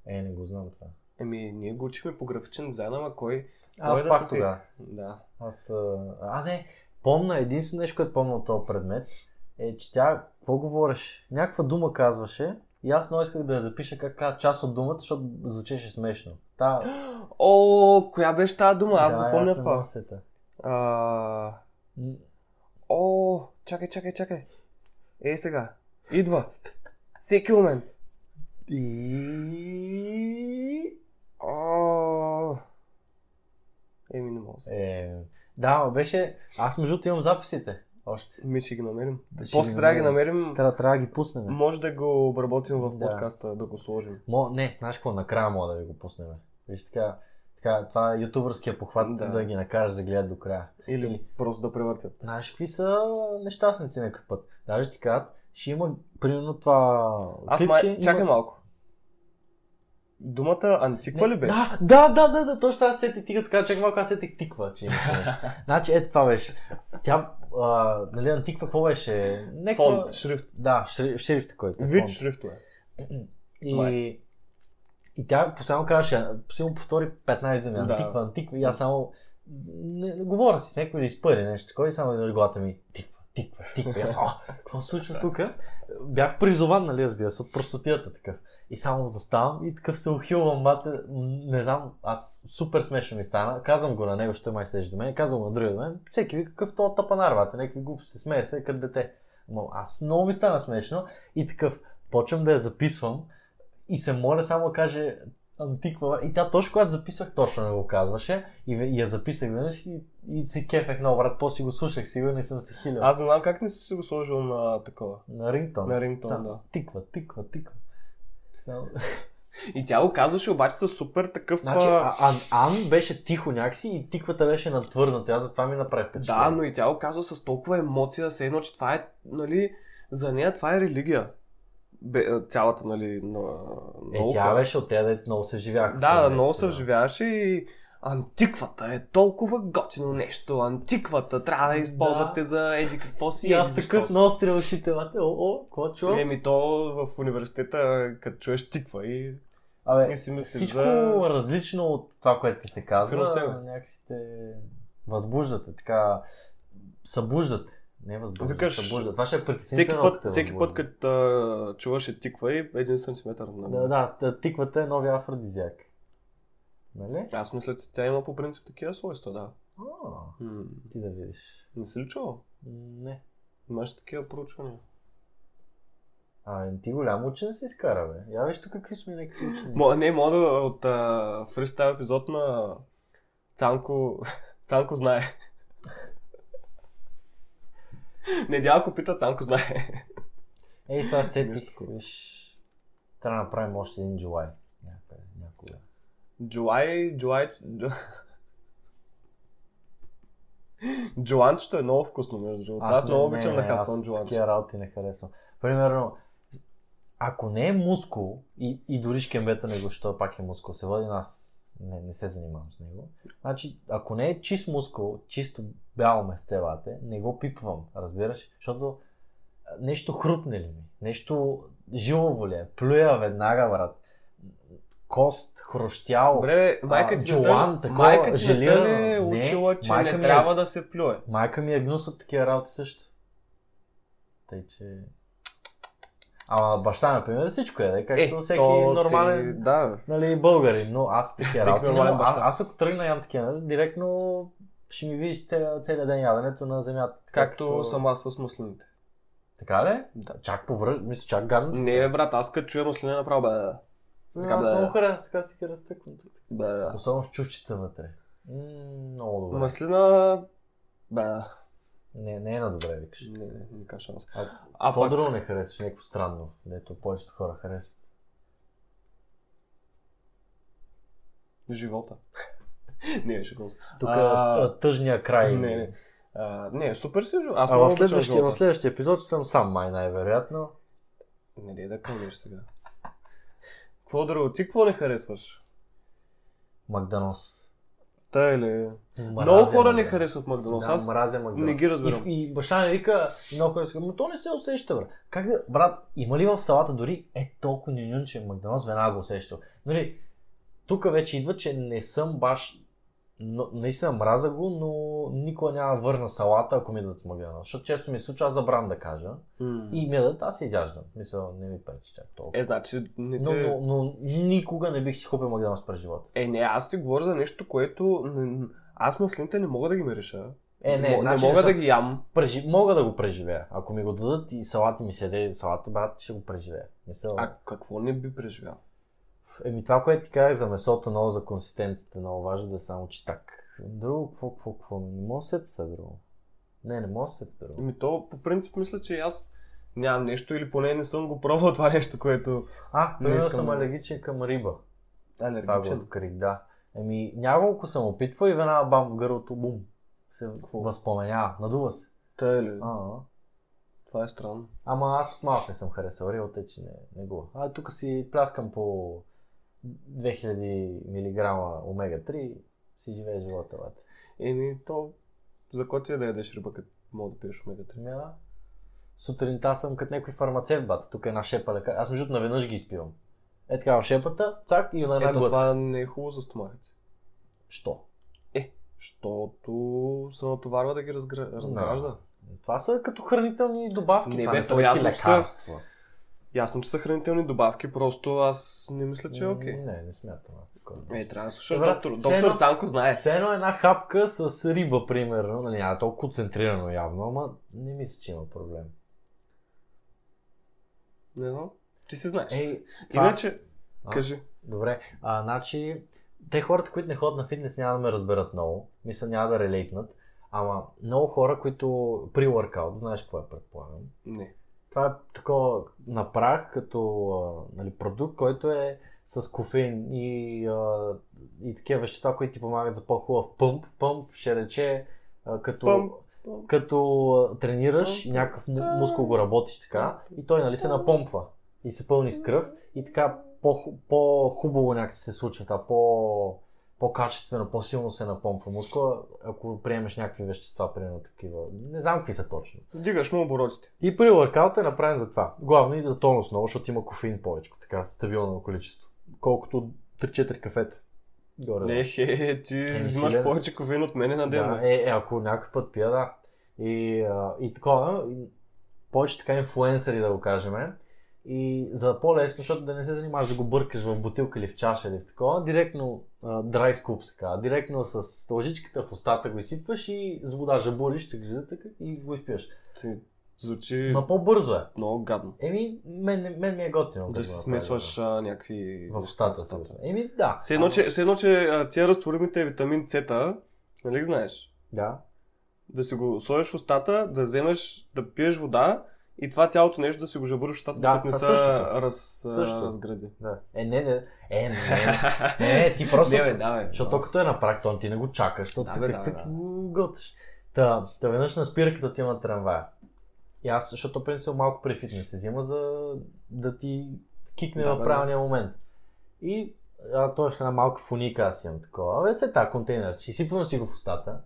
Speaker 1: Е, не го знам това.
Speaker 2: Еми, ние го учихме по графичен дизайн, ама кой...
Speaker 1: Аз
Speaker 2: кой е да
Speaker 1: пак
Speaker 2: се сети?
Speaker 1: тогава.
Speaker 2: Да.
Speaker 1: Аз... А, а, не, помна, единствено нещо, което помня от този предмет, е, че тя, какво говореше? Някаква дума казваше И аз много исках да я запиша как казва част от думата, защото звучеше смешно. Та,
Speaker 2: О, коя беше тази дума? Аз
Speaker 1: да,
Speaker 2: не помня
Speaker 1: аз не мога да
Speaker 2: това.
Speaker 1: сета.
Speaker 2: А,
Speaker 1: М,
Speaker 2: О, чакай, чакай, чакай. Ей сега. Идва. Всеки момент. И... О... Еми, не мога да се.
Speaker 1: Е, да, ма беше... Аз между другото имам записите още.
Speaker 2: Ми ще ги намерим.
Speaker 1: Да, ще
Speaker 2: После
Speaker 1: ги
Speaker 2: трябва да ги намерим.
Speaker 1: Трябва, трябва да ги пуснем.
Speaker 2: Може да го обработим в
Speaker 1: Да.
Speaker 2: подкаста, да го сложим.
Speaker 1: Мо, не, знаеш какво, накрая мога да ви го пуснем. Виж така, така, това е ютубърския похват да.
Speaker 2: Да.
Speaker 1: да ги накараш да гледат до края.
Speaker 2: Или
Speaker 1: Или-
Speaker 2: просто да превъртят.
Speaker 1: Знаеш какви са нещастници някой път? Даже ти казват, ще има примерно това
Speaker 2: Аз
Speaker 1: клипче,
Speaker 2: май...
Speaker 1: има-
Speaker 2: Чакай малко. Думата антиква ли беше?
Speaker 1: Да, да, да, да, да, точно сега се сетих тика, така чакай малко, аз сетих тиква, че имаше нещо. Значи, ето това беше. Тя, а, нали, антиква, какво беше? Някаква...
Speaker 2: Фонт, шрифт.
Speaker 1: Да, шри- шрифта, който е.
Speaker 2: Вид
Speaker 1: фонт.
Speaker 2: шрифтове.
Speaker 1: И,
Speaker 2: Май.
Speaker 1: и тя само казваше, сигурно повтори 15 думи,
Speaker 2: Да.
Speaker 1: антиква, антиква, и аз само не, не, говоря си с някой или изпъри нещо, кой само изведнъж главата ми, тиква, тиква, тиква, и аз, а, какво се случва тук? Бях призован, нали, разбира се, от простотията такъв. И само заставам и такъв се ухилвам, мате, м, не знам, аз супер смешно ми стана, казвам го на него, ще май седиш до мен, казвам го на другия до мен, всеки вика, какъв то тъпанар, бате, някакви глупости, смее се, като дете. Но аз много ми стана смешно и такъв, почвам да я записвам и се моля само да каже антиква. И тя точно когато записвах, точно не го казваше. И, ве- и я записах веднъж и, и се кефех много, брат. После го слушах, сигурно и съм се хилил.
Speaker 2: Аз не знам как не си го сложил на такова.
Speaker 1: На рингтон.
Speaker 2: На рингтон,
Speaker 1: Само
Speaker 2: да.
Speaker 1: Тиква, тиква, тиква. Само-
Speaker 2: И тя го казваше обаче със супер такъв...
Speaker 1: Значи,
Speaker 2: а,
Speaker 1: а, Ан, Ан беше тихо някакси и тиквата беше надвърната. Аз затова ми направи впечатление.
Speaker 2: Да, но и тя го казва с толкова емоция, все едно, че това е, нали, за нея това е религия. Бе, а, цялата, нали, на,
Speaker 1: Е,
Speaker 2: наука.
Speaker 1: тя беше от тези, дето много се Е, вживяха.
Speaker 2: Да,
Speaker 1: Те,
Speaker 2: много
Speaker 1: дето
Speaker 2: се вживяваше и антиквата е толкова готино нещо. Антиквата трябва да я използвате за еди какво си.
Speaker 1: И
Speaker 2: еди
Speaker 1: аз
Speaker 2: защо Е,
Speaker 1: такъв
Speaker 2: си.
Speaker 1: много стрелшите, бате. О, о, какво чувам?
Speaker 2: Еми то в университета, като чуеш тиква и
Speaker 1: Абе,
Speaker 2: не си мислиш
Speaker 1: Всичко е
Speaker 2: за...
Speaker 1: различно от това, което ти се казва,
Speaker 2: Спрямо себе.
Speaker 1: някакси те възбуждате, така събуждат. Не възбуждат,
Speaker 2: Викаш,
Speaker 1: събуждат. Това ще е
Speaker 2: Всеки
Speaker 1: притеснително.
Speaker 2: път,
Speaker 1: като те
Speaker 2: всеки път,
Speaker 1: възбужда.
Speaker 2: като а, чуваше тиква и един сантиметър. нали?
Speaker 1: Да, да, та- тиквата е новия афродизиак. Нали?
Speaker 2: Аз мисля, че тя има по принцип такива свойства, да.
Speaker 1: А,
Speaker 2: М,
Speaker 1: ти да видиш.
Speaker 2: Не си ли чувал?
Speaker 1: Не.
Speaker 2: Имаш такива проучвания.
Speaker 1: А, ти голям учен се изкара, бе. Я виж тук какви сме някакви учени.
Speaker 2: Мо, не, мога да от а, фристайл епизод на Цанко, Цанко знае. Недялко пита, Цанко знае.
Speaker 1: Ей, сега
Speaker 2: Нещо
Speaker 1: сетих,
Speaker 2: такова.
Speaker 1: виж. Трябва да направим още един джулай. Някъде, някога.
Speaker 2: Джулай, Джулай... Джуланчето е много вкусно, между другото. Аз,
Speaker 1: не-
Speaker 2: много
Speaker 1: не,
Speaker 2: обичам
Speaker 1: не,
Speaker 2: на хапсон
Speaker 1: аз
Speaker 2: джуланче.
Speaker 1: Такива работи не харесвам. Примерно, ако не е мускул и, и дори шкембето не го, що пак е мускул, се води аз не, не се занимавам с него. Значи, ако не е чист мускул, чисто бяло месце вате, не го пипвам, разбираш? Защото а, нещо хрупне ли ми, нещо жилово ли е, плюя веднага, брат, кост, хрущяло.
Speaker 2: Добре, бе, майка
Speaker 1: А,
Speaker 2: ти
Speaker 1: джулан,
Speaker 2: не те-
Speaker 1: такова,
Speaker 2: майка ти не те
Speaker 1: желирано.
Speaker 2: ли е
Speaker 1: Не,
Speaker 2: учила, че
Speaker 1: майка
Speaker 2: не
Speaker 1: ми е-
Speaker 2: трябва да се плюе.
Speaker 1: Майка ми е гнус от такива работи също. Тъй, че... Ама баща, например, всичко е, да, както всеки
Speaker 2: то
Speaker 1: нормален
Speaker 2: Ти... Да,
Speaker 1: нали, българин, но аз такива
Speaker 2: Всеки
Speaker 1: работи
Speaker 2: нормален
Speaker 1: нямам. Аз,
Speaker 2: баща.
Speaker 1: аз ако тръгна ям такива, нали, директно ще ми видиш целия, целия ден яденето на земята.
Speaker 2: както съм аз с муслините.
Speaker 1: Така ли?
Speaker 2: Да.
Speaker 1: Чак повръж, мисля, чак гадно. ти
Speaker 2: Не,
Speaker 1: става.
Speaker 2: бе, брат, аз като чуя муслина направо, бе,
Speaker 1: Но
Speaker 2: така
Speaker 1: аз
Speaker 2: да е.
Speaker 1: много харесвам, така си ги разцъквам. тук.
Speaker 2: бе, бе.
Speaker 1: Особено с чувчица вътре. М, много добре.
Speaker 2: Маслина, бе,
Speaker 1: Не, не е на добре, викаш.
Speaker 2: не, не, не кажа шанс.
Speaker 1: А,
Speaker 2: А
Speaker 1: какво
Speaker 2: пък,
Speaker 1: друго не харесваш? Някакво странно, дето повечето хора харесват.
Speaker 2: живота. не, ще го
Speaker 1: Тук е
Speaker 2: А,
Speaker 1: а... тъжния край.
Speaker 2: Не, не. А, не, супер си живота. Аз
Speaker 1: А
Speaker 2: много
Speaker 1: в
Speaker 2: обичам
Speaker 1: следващия, в
Speaker 2: живота.
Speaker 1: следващия епизод ще съм сам, май най-вероятно.
Speaker 2: Не, не, да кълнеш сега. Какво друго? Ти какво не харесваш?
Speaker 1: Магданос.
Speaker 2: Та или...
Speaker 1: Мразя
Speaker 2: Много хора не
Speaker 1: Магданос.
Speaker 2: харесват Макдоналдс.
Speaker 1: Да,
Speaker 2: Аз
Speaker 1: мразя Магданос.
Speaker 2: не ги
Speaker 1: И,
Speaker 2: разбирам.
Speaker 1: и баща ми вика, много хора си но то не се усеща, брат. Как да, брат, има ли в салата дори е толкова нюнюнче Макдоналдс, веднага го усеща. Нали, тук вече идва, че не съм баш Но, наистина мраза го, но никога няма да върна салата, ако ми дадат магиона. Защото често ми се случва, аз забрам да кажа. И ми я дадат, аз се изяждам. Мисля, не ми пречи чак толкова.
Speaker 2: Е, значи, не
Speaker 1: Но,
Speaker 2: те...
Speaker 1: но, но никога не бих си хупил магиона през живота.
Speaker 2: Е, не, аз ти говоря за нещо, което... н- Аз маслините не мога да ги мириша.
Speaker 1: Е, не,
Speaker 2: М- не
Speaker 1: значи
Speaker 2: мога
Speaker 1: съм-
Speaker 2: да ги ям.
Speaker 1: Прежи... Мога да го преживея. Ако ми го дадат и салата ми седе, салата, брат, ще го преживея. Мисля,
Speaker 2: А какво не би преживял?
Speaker 1: Еми това, което ти казах за месото, много за консистенцията, много важно да е само читак. Друго, какво, какво, какво? Не мога да сетя за друго. Не, не мога да сетя за друго.
Speaker 2: Ми Ами то, по принцип, мисля, че и аз нямам нещо или поне не съм го пробвал това нещо, което
Speaker 1: А,
Speaker 2: Не
Speaker 1: примерно
Speaker 2: искам
Speaker 1: съм
Speaker 2: да-
Speaker 1: алергичен към риба. Това го
Speaker 2: алергичен.
Speaker 1: открих, да. Еми, няколко съм опитвал и веднага бам, гърлото бум. Се възпоменява, надува се.
Speaker 2: Та е ли?
Speaker 1: А,
Speaker 2: Това е странно.
Speaker 1: ама аз от малък не съм харесал рибата, тъй че не, не го. А тук си пляскам по 2000 мг омега-3, си живее живота, бате.
Speaker 2: Еми, то, за кой ти е да ядеш риба, като мога да пиеш омега-3?
Speaker 1: Да. Сутринта съм като някой фармацевт, бат. Тук е една шепа лекар. Аз между другото наведнъж ги изпивам. Е така в шепата, цак и на една
Speaker 2: Ето
Speaker 1: глътка.
Speaker 2: това не е хубаво за стомаха ти.
Speaker 1: Що?
Speaker 2: Защото се натоварва да ги разгра... разгражда.
Speaker 1: Това са като хранителни добавки.
Speaker 2: Не,
Speaker 1: това
Speaker 2: бе, е
Speaker 1: не са
Speaker 2: то
Speaker 1: някакви
Speaker 2: явно са.
Speaker 1: лекарства.
Speaker 2: Ясно, че са хранителни добавки, просто аз не мисля, че е окей.
Speaker 1: Не, не смятам аз такова.
Speaker 2: Е, трябва да слушаш
Speaker 1: Добре,
Speaker 2: доктор.
Speaker 1: все
Speaker 2: Доктор
Speaker 1: едно-
Speaker 2: Цанко знае.
Speaker 1: Все едно една хапка с риба, примерно. Нали, няма толкова концентрирано явно, ама не мисля, че има проблем.
Speaker 2: Не знам. Ти си знаеш.
Speaker 1: Ей, Е, това-
Speaker 2: Иначе,
Speaker 1: А?
Speaker 2: кажи.
Speaker 1: Добре, а, значи, те хората, които не ходят на фитнес, няма да ме разберат много. Мисля, няма да релейтнат. Ама много хора, които при workout, знаеш какво е предполагам.
Speaker 2: Не.
Speaker 1: Това е такова на прах, като а, нали, продукт, който е с кофеин и, а, и такива вещества, които ти помагат за по-хубав пъмп. Пъмп ще рече а, като...
Speaker 2: Пъмп, пъмп.
Speaker 1: Като а, тренираш и някакъв му- мускул го работиш така и той нали се напомпва и се пълни с кръв и така по- по-хубаво някакси се случва това, по- по-качествено, по-силно се напомпва мускула, ако приемеш някакви вещества, примерно такива. Не знам какви са точно.
Speaker 2: Дигаш му оборотите.
Speaker 1: И при лъркаут е направен за това. Главно и за тонус много, защото има кофеин повече, така стабилно количество. Колкото 3-4 кафета. Горе.
Speaker 2: Не, хе, ти
Speaker 1: Еми,
Speaker 2: взимаш
Speaker 1: силен.
Speaker 2: повече ковин от мене на ден.
Speaker 1: Е, Да,
Speaker 2: бе.
Speaker 1: е, е, ако някой път пия, да. И, а, и такова, и повече така инфлуенсъри да го кажем. И за по-лесно, защото да не се занимаваш да го бъркаш в бутилка или в чаша или в такова, директно а, драй скуп се казва, директно с лъжичката в устата го изсипваш и с вода жабуриш, така, така, и го изпиваш.
Speaker 2: Ти звучи
Speaker 1: Ма по-бързо е.
Speaker 2: много гадно.
Speaker 1: Еми, мен, мен ми е готино.
Speaker 2: Да
Speaker 1: като
Speaker 2: си
Speaker 1: го
Speaker 2: смесваш а, някакви...
Speaker 1: направя, да. в устата. в смисъл. Еми, да.
Speaker 2: Все едно, че, все едно, че а, тия разтворимите витамин С, нали знаеш?
Speaker 1: Да.
Speaker 2: Да си го сложиш в устата, да вземеш, да пиеш вода и това цялото нещо да си го жабуриш в устата,
Speaker 1: Да,
Speaker 2: докато не
Speaker 1: това
Speaker 2: са
Speaker 1: същото.
Speaker 2: раз, а,
Speaker 1: Същото.
Speaker 2: разгради.
Speaker 1: да. Е, не, не. Е, не. Не, ти Е, просто...
Speaker 2: Не, бе, да, бе.
Speaker 1: Защото като е на прак, то ти не го чакаш, защото
Speaker 2: Да,
Speaker 1: ти
Speaker 2: бе,
Speaker 1: цък,
Speaker 2: да,
Speaker 1: цък,
Speaker 2: да.
Speaker 1: го готиш. Та, та веднъж на спирката ти на трамвая. И аз, защото принцип малко при фитнес се взима, за да ти кикне
Speaker 2: Да, бе,
Speaker 1: в
Speaker 2: да.
Speaker 1: правилния момент. И а, той е в една малка фуника, аз имам такова. Абе, се тази контейнер, че сипвам си го в устата.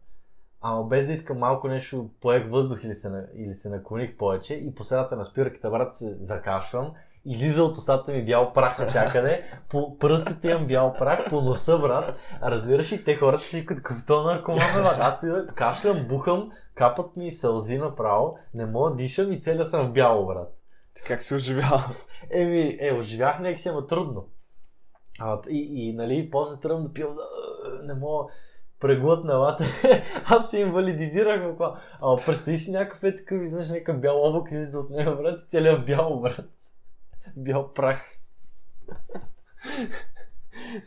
Speaker 1: Ама без да искам малко нещо, поех въздух или се, на- или се наклоних повече и по средата на спирката, брат, се закашвам. Излиза от устата ми бял прах навсякъде, по пръстите имам бял прах, по носа, брат. А разбираш ли, те хората си като капитал наркоман, бе, брат. Аз си кашлям, бухам, капат ми сълзи направо, не мога да дишам и целя съм в бяло, брат.
Speaker 2: Ти как се оживял?
Speaker 1: Еми, е, оживях някак си, ама трудно. А, и, и, нали, после тръгвам да пия, да, а, не мога преглътна лата. Аз се инвалидизирах буквално. Ама представи си някакъв е такъв, изведнъж някакъв бял облак излиза от него, брат, и целият бял, брат. Бял прах.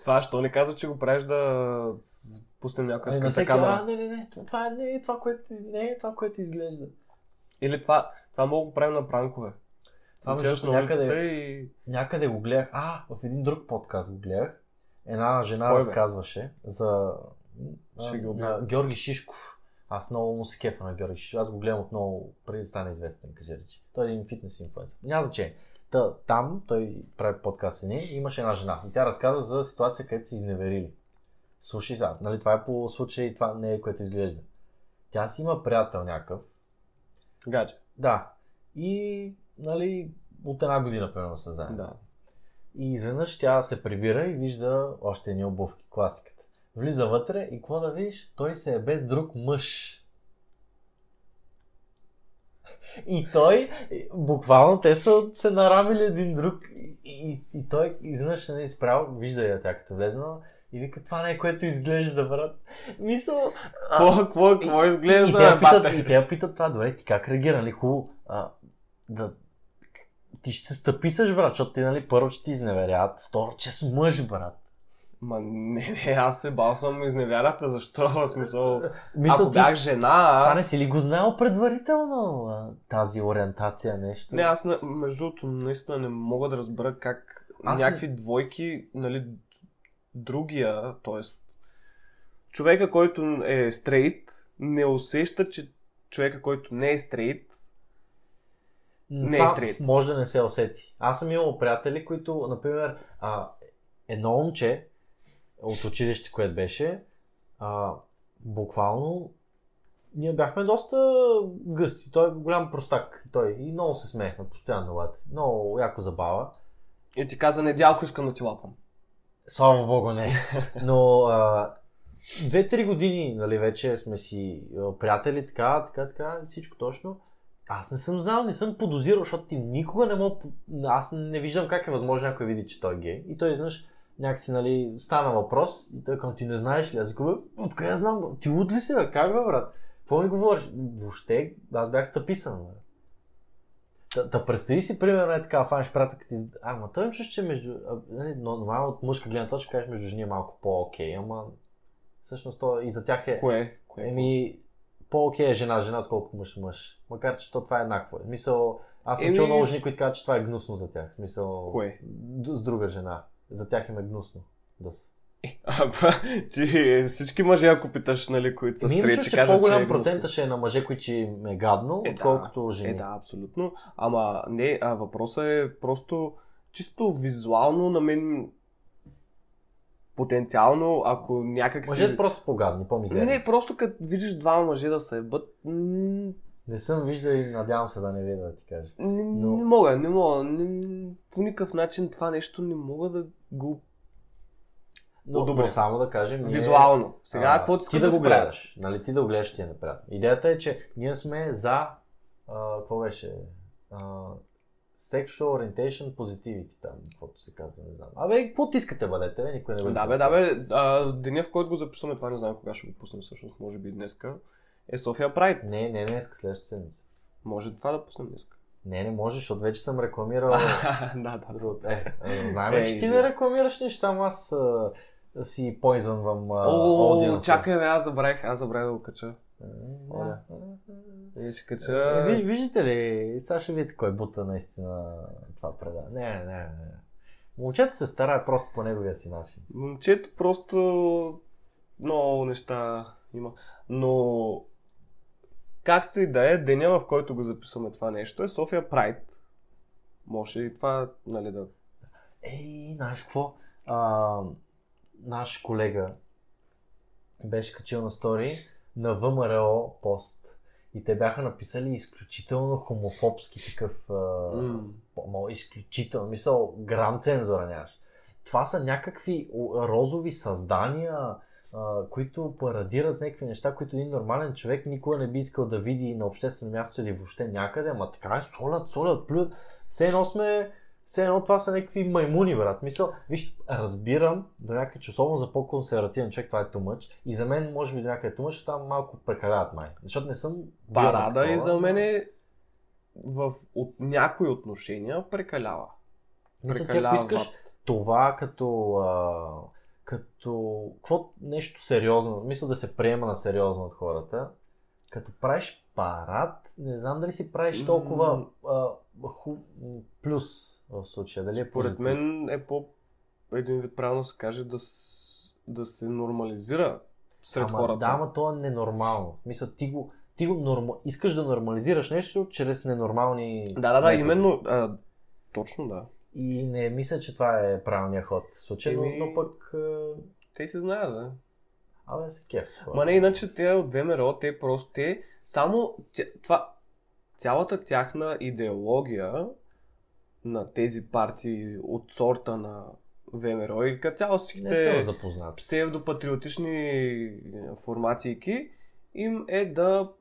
Speaker 2: Това, що не каза, че го правиш да с- пуснем някоя
Speaker 1: Ами, на
Speaker 2: скъса
Speaker 1: всеки, а,
Speaker 2: камера.
Speaker 1: не, не, не, това не е това, което, не е това, което изглежда.
Speaker 2: Или това, това мога да го правим на пранкове.
Speaker 1: Това между
Speaker 2: Отиваш
Speaker 1: другото някъде-
Speaker 2: улицата и...
Speaker 1: Някъде го гледах. А, в един друг подкаст го гледах. Една жена
Speaker 2: Кой бе?
Speaker 1: разказваше за а,
Speaker 2: Ще ги обявя.
Speaker 1: на Георги Шишков. Аз много му се кефа на Георги Шишков. Аз го гледам отново преди да стане известен, кажи речи. Той е един фитнес инфлуенсър. Няма значение. Та, там той прави подкаст с едни, имаше една жена. И тя разказа за ситуация, където се изневерили. Слушай сега, нали, това е по случай, това не е което изглежда. Тя си има приятел някакъв,
Speaker 2: Гадже.
Speaker 1: да. И, нали, от една година, примерно, се знае.
Speaker 2: Да.
Speaker 1: И изведнъж тя се прибира и вижда още едни обувки, класиката. Влиза вътре и какво да видиш? Той се е без друг мъж. И той, буквално те са се нарамили един друг и, и, и той изведнъж се не изправил, вижда я тя като е влезнала и вика, това не е което изглежда, брат. Мисъл, а,
Speaker 2: Какво, какво, какво изглежда,
Speaker 1: и те я
Speaker 2: бе, бате?
Speaker 1: питат, и те я питат това, добре, ти как реагира, нали, хубаво, а, да, ти ще се стъписаш, брат, защото ти, нали, първо, че ти изневеряват, второ, че с мъж, брат.
Speaker 2: Ма не, не, аз се бал съм изневярата, защо? В смисъл,
Speaker 1: Мисъл,
Speaker 2: ако
Speaker 1: ти,
Speaker 2: бях жена...
Speaker 1: това не си ли го знаел предварително, а, тази ориентация, нещо?
Speaker 2: Не, аз, на- между другото, наистина не мога да разбера как
Speaker 1: Аз
Speaker 2: аз
Speaker 1: не-
Speaker 2: някакви двойки, нали, другия, т.е. човека, който е стрейт, не усеща, че човека, който не е стрейт, Не е
Speaker 1: Това
Speaker 2: стрит.
Speaker 1: Може да не се усети. Аз съм имал приятели, които, например, а, едно момче от училище, което беше, а, буквално ние бяхме доста гъсти. Той е голям простак. Той и много се смеехме постоянно, лад. Много яко забава.
Speaker 2: и ти каза, недялко искам да ти лапам.
Speaker 1: Слава богу, не. Но а, две-три години, нали, вече сме си а, приятели, така, така, така, всичко точно. Аз не съм знал, не съм подозирал, защото ти никога не мога... Аз не виждам как е възможно някой види, че той е гей. И той, изведнъж някакси, нали, стана въпрос и той казва, ти не знаеш ли? Аз казвам, «Бе, откъде я знам? бе? Ти луд ли си, бе? Как бе, брат? Какво ми говориш? Въобще, аз бях стъписан, бе. Та, та представи си, примерно, е така, фаниш прата, като из... Ама той им чуш, че между... а, Нали, но, нормално от мъжка гледна точка, кажеш между жени е малко по-окей, ама... Всъщност, то и за тях е...
Speaker 2: Кое? Кое?
Speaker 1: Еми, по-окей е жена, жена, отколкото мъж, мъж. Макар, че то това е еднакво. В Смисъл, аз съм
Speaker 2: Еми-
Speaker 1: чул много жени, които казват, че това е гнусно за тях. В Смисъл,
Speaker 2: Кое?
Speaker 1: д- с друга жена. За тях им е гнусно да са.
Speaker 2: А, ба, ти всички мъже, ако питаш, нали, които са
Speaker 1: Ми им
Speaker 2: стрейт,
Speaker 1: чуш,
Speaker 2: ще
Speaker 1: че
Speaker 2: кажат,
Speaker 1: по-голям
Speaker 2: че е гнусно.
Speaker 1: процента ще е на мъже, които ще им е гадно,
Speaker 2: Е, да.
Speaker 1: отколкото жени.
Speaker 2: Е, да, абсолютно. Ама не, а въпросът е просто чисто визуално на мен потенциално, ако някак
Speaker 1: Мъжете просто са по-гадни, по-мизерни.
Speaker 2: Не,
Speaker 1: са.
Speaker 2: просто като видиш двама мъже да се ебат, м, н-
Speaker 1: Не съм виждал и надявам се да не видя да ти кажа.
Speaker 2: не,
Speaker 1: Но-
Speaker 2: не мога, не мога. Не, по никакъв начин това нещо не мога да го...
Speaker 1: Но,
Speaker 2: По-добре.
Speaker 1: но само да кажем... Ние...
Speaker 2: Визуално. Сега,
Speaker 1: а,
Speaker 2: какво ти,
Speaker 1: ти
Speaker 2: искаш
Speaker 1: да го
Speaker 2: си
Speaker 1: гледаш? Нали, ти да го гледаш ти е неприятно. Идеята е, че ние сме за... А, какво беше? А, sexual orientation positivity там, каквото се казва, не знам. Абе, какво ти искате бъдете, бе? Никой не го
Speaker 2: Да, бе, да,
Speaker 1: интересува.
Speaker 2: бе. А, деня, в който го записваме, това не знам кога ще го пуснем всъщност, може би днеска, е София Прайд.
Speaker 1: Не, не, не, иска следващата седмица.
Speaker 2: Може това да пуснем днеска.
Speaker 1: Не, не можеш, защото вече съм рекламирал...
Speaker 2: да, да.
Speaker 1: другото. Е, е, знаем,
Speaker 2: Е,
Speaker 1: че ти
Speaker 2: е.
Speaker 1: не рекламираш нищо, само аз а, си поизвънвам
Speaker 2: О,
Speaker 1: аудиенса.
Speaker 2: чакай, бе, аз забравих, аз забравих да го кача.
Speaker 1: Е,
Speaker 2: Оля.
Speaker 1: да.
Speaker 2: Е, ще
Speaker 1: Е,
Speaker 2: кача...
Speaker 1: ви- виждате ли, сега ще видите кой бута наистина това предава. Не, не, не. не. Момчето се старае просто по неговия си начин.
Speaker 2: Момчето просто много неща има. Но както и да е, деня в който го записваме това нещо е София Прайд. Може и това, нали да...
Speaker 1: Ей, знаеш какво? А, наш колега беше качил на стори на ВМРО пост. И те бяха написали изключително хомофобски такъв... А,
Speaker 2: М.
Speaker 1: Мо, изключително. Мисъл, грам цензура нямаш. Това са някакви о- розови създания, а, които парадират с някакви неща, които един нормален човек никога не би искал да види на обществено място или въобще някъде, ама така е солят, солят, плюят. Все едно сме, все едно това са някакви маймуни, брат. Мисъл, виж, разбирам до някъде, че особено за по-консервативен човек това е too much. И за мен може би до някъде е too much, защото там малко прекаляват май. Защото не съм бил на
Speaker 2: Парада
Speaker 1: такова,
Speaker 2: и за
Speaker 1: но-
Speaker 2: мен е в от някои отношения прекалява.
Speaker 1: Мисля, ти ако
Speaker 2: Прекалява.
Speaker 1: искаш това като, а, като какво нещо сериозно, мисля да се приема на сериозно от хората, като правиш парад, не знам дали си правиш
Speaker 2: М.
Speaker 1: толкова а, ху, м, плюс в случая, дали е
Speaker 2: Поред
Speaker 1: позитив.
Speaker 2: Нали, мен е по един вид правилно се каже да, с- да се нормализира сред
Speaker 1: ама,
Speaker 2: хората.
Speaker 1: Да, ама то е ненормално. Мисля, ти го, ти го норма... искаш да нормализираш нещо чрез ненормални...
Speaker 2: Да, да, да,
Speaker 1: методи.
Speaker 2: именно. А, точно да.
Speaker 1: И не мисля, че това е правилният ход в случая, но,
Speaker 2: Еми-
Speaker 1: но пък... а,
Speaker 2: Те се знаят, да.
Speaker 1: Абе, се кеф.
Speaker 2: Ма не, иначе те от ВМРО, те просто те, само тя- това, цялата тяхна идеология на тези партии от сорта на ВМРО и като цяло
Speaker 1: Не съм
Speaker 2: всичките
Speaker 1: запознат.
Speaker 2: псевдопатриотични е, формациики им е да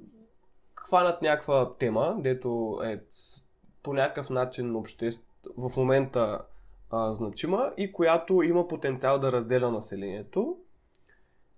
Speaker 2: хванат някаква тема, дето е с- по някакъв начин обществ... в момента а, значима и която има потенциал да разделя населението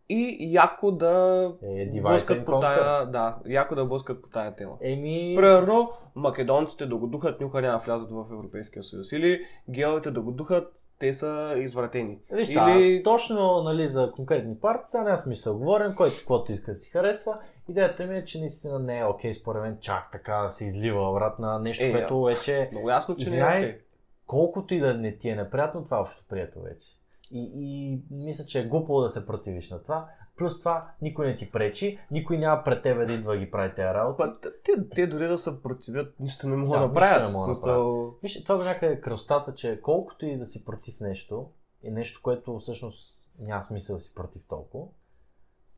Speaker 2: и яко да
Speaker 1: Е,
Speaker 2: блъскат
Speaker 1: Divide and
Speaker 2: по
Speaker 1: Conquer.
Speaker 2: тая, да, яко да блъскат по тая тема.
Speaker 1: Еми...
Speaker 2: Примерно, македонците да го духат, нюха няма да влязат в Европейския съюз. Или геовете да го духат, те са извратени.
Speaker 1: Виж,
Speaker 2: Или-
Speaker 1: Или... точно нали, за конкретни партии, сега няма смисъл да говорим, който каквото иска да си харесва. Идеята ми е, че наистина не е окей, според мен, чак така да се излива врат на нещо,
Speaker 2: Е,
Speaker 1: е, което вече,
Speaker 2: Много ясно, че
Speaker 1: Извинявай.
Speaker 2: не е окей.
Speaker 1: колкото и да не ти е неприятно, това е общо прието вече. И, и мисля, че е глупо да се противиш на това. Плюс това, никой не ти пречи, никой няма пред тебе да идва да ги прави тези работи.
Speaker 2: Па, те, те дори да се противят, нищо не могат
Speaker 1: Да,
Speaker 2: да
Speaker 1: нищо не
Speaker 2: направят.
Speaker 1: могат да
Speaker 2: смисъл...
Speaker 1: Виж, това до някъде е кръстата, че колкото и да си против нещо, е нещо, което всъщност няма смисъл да си против толкова,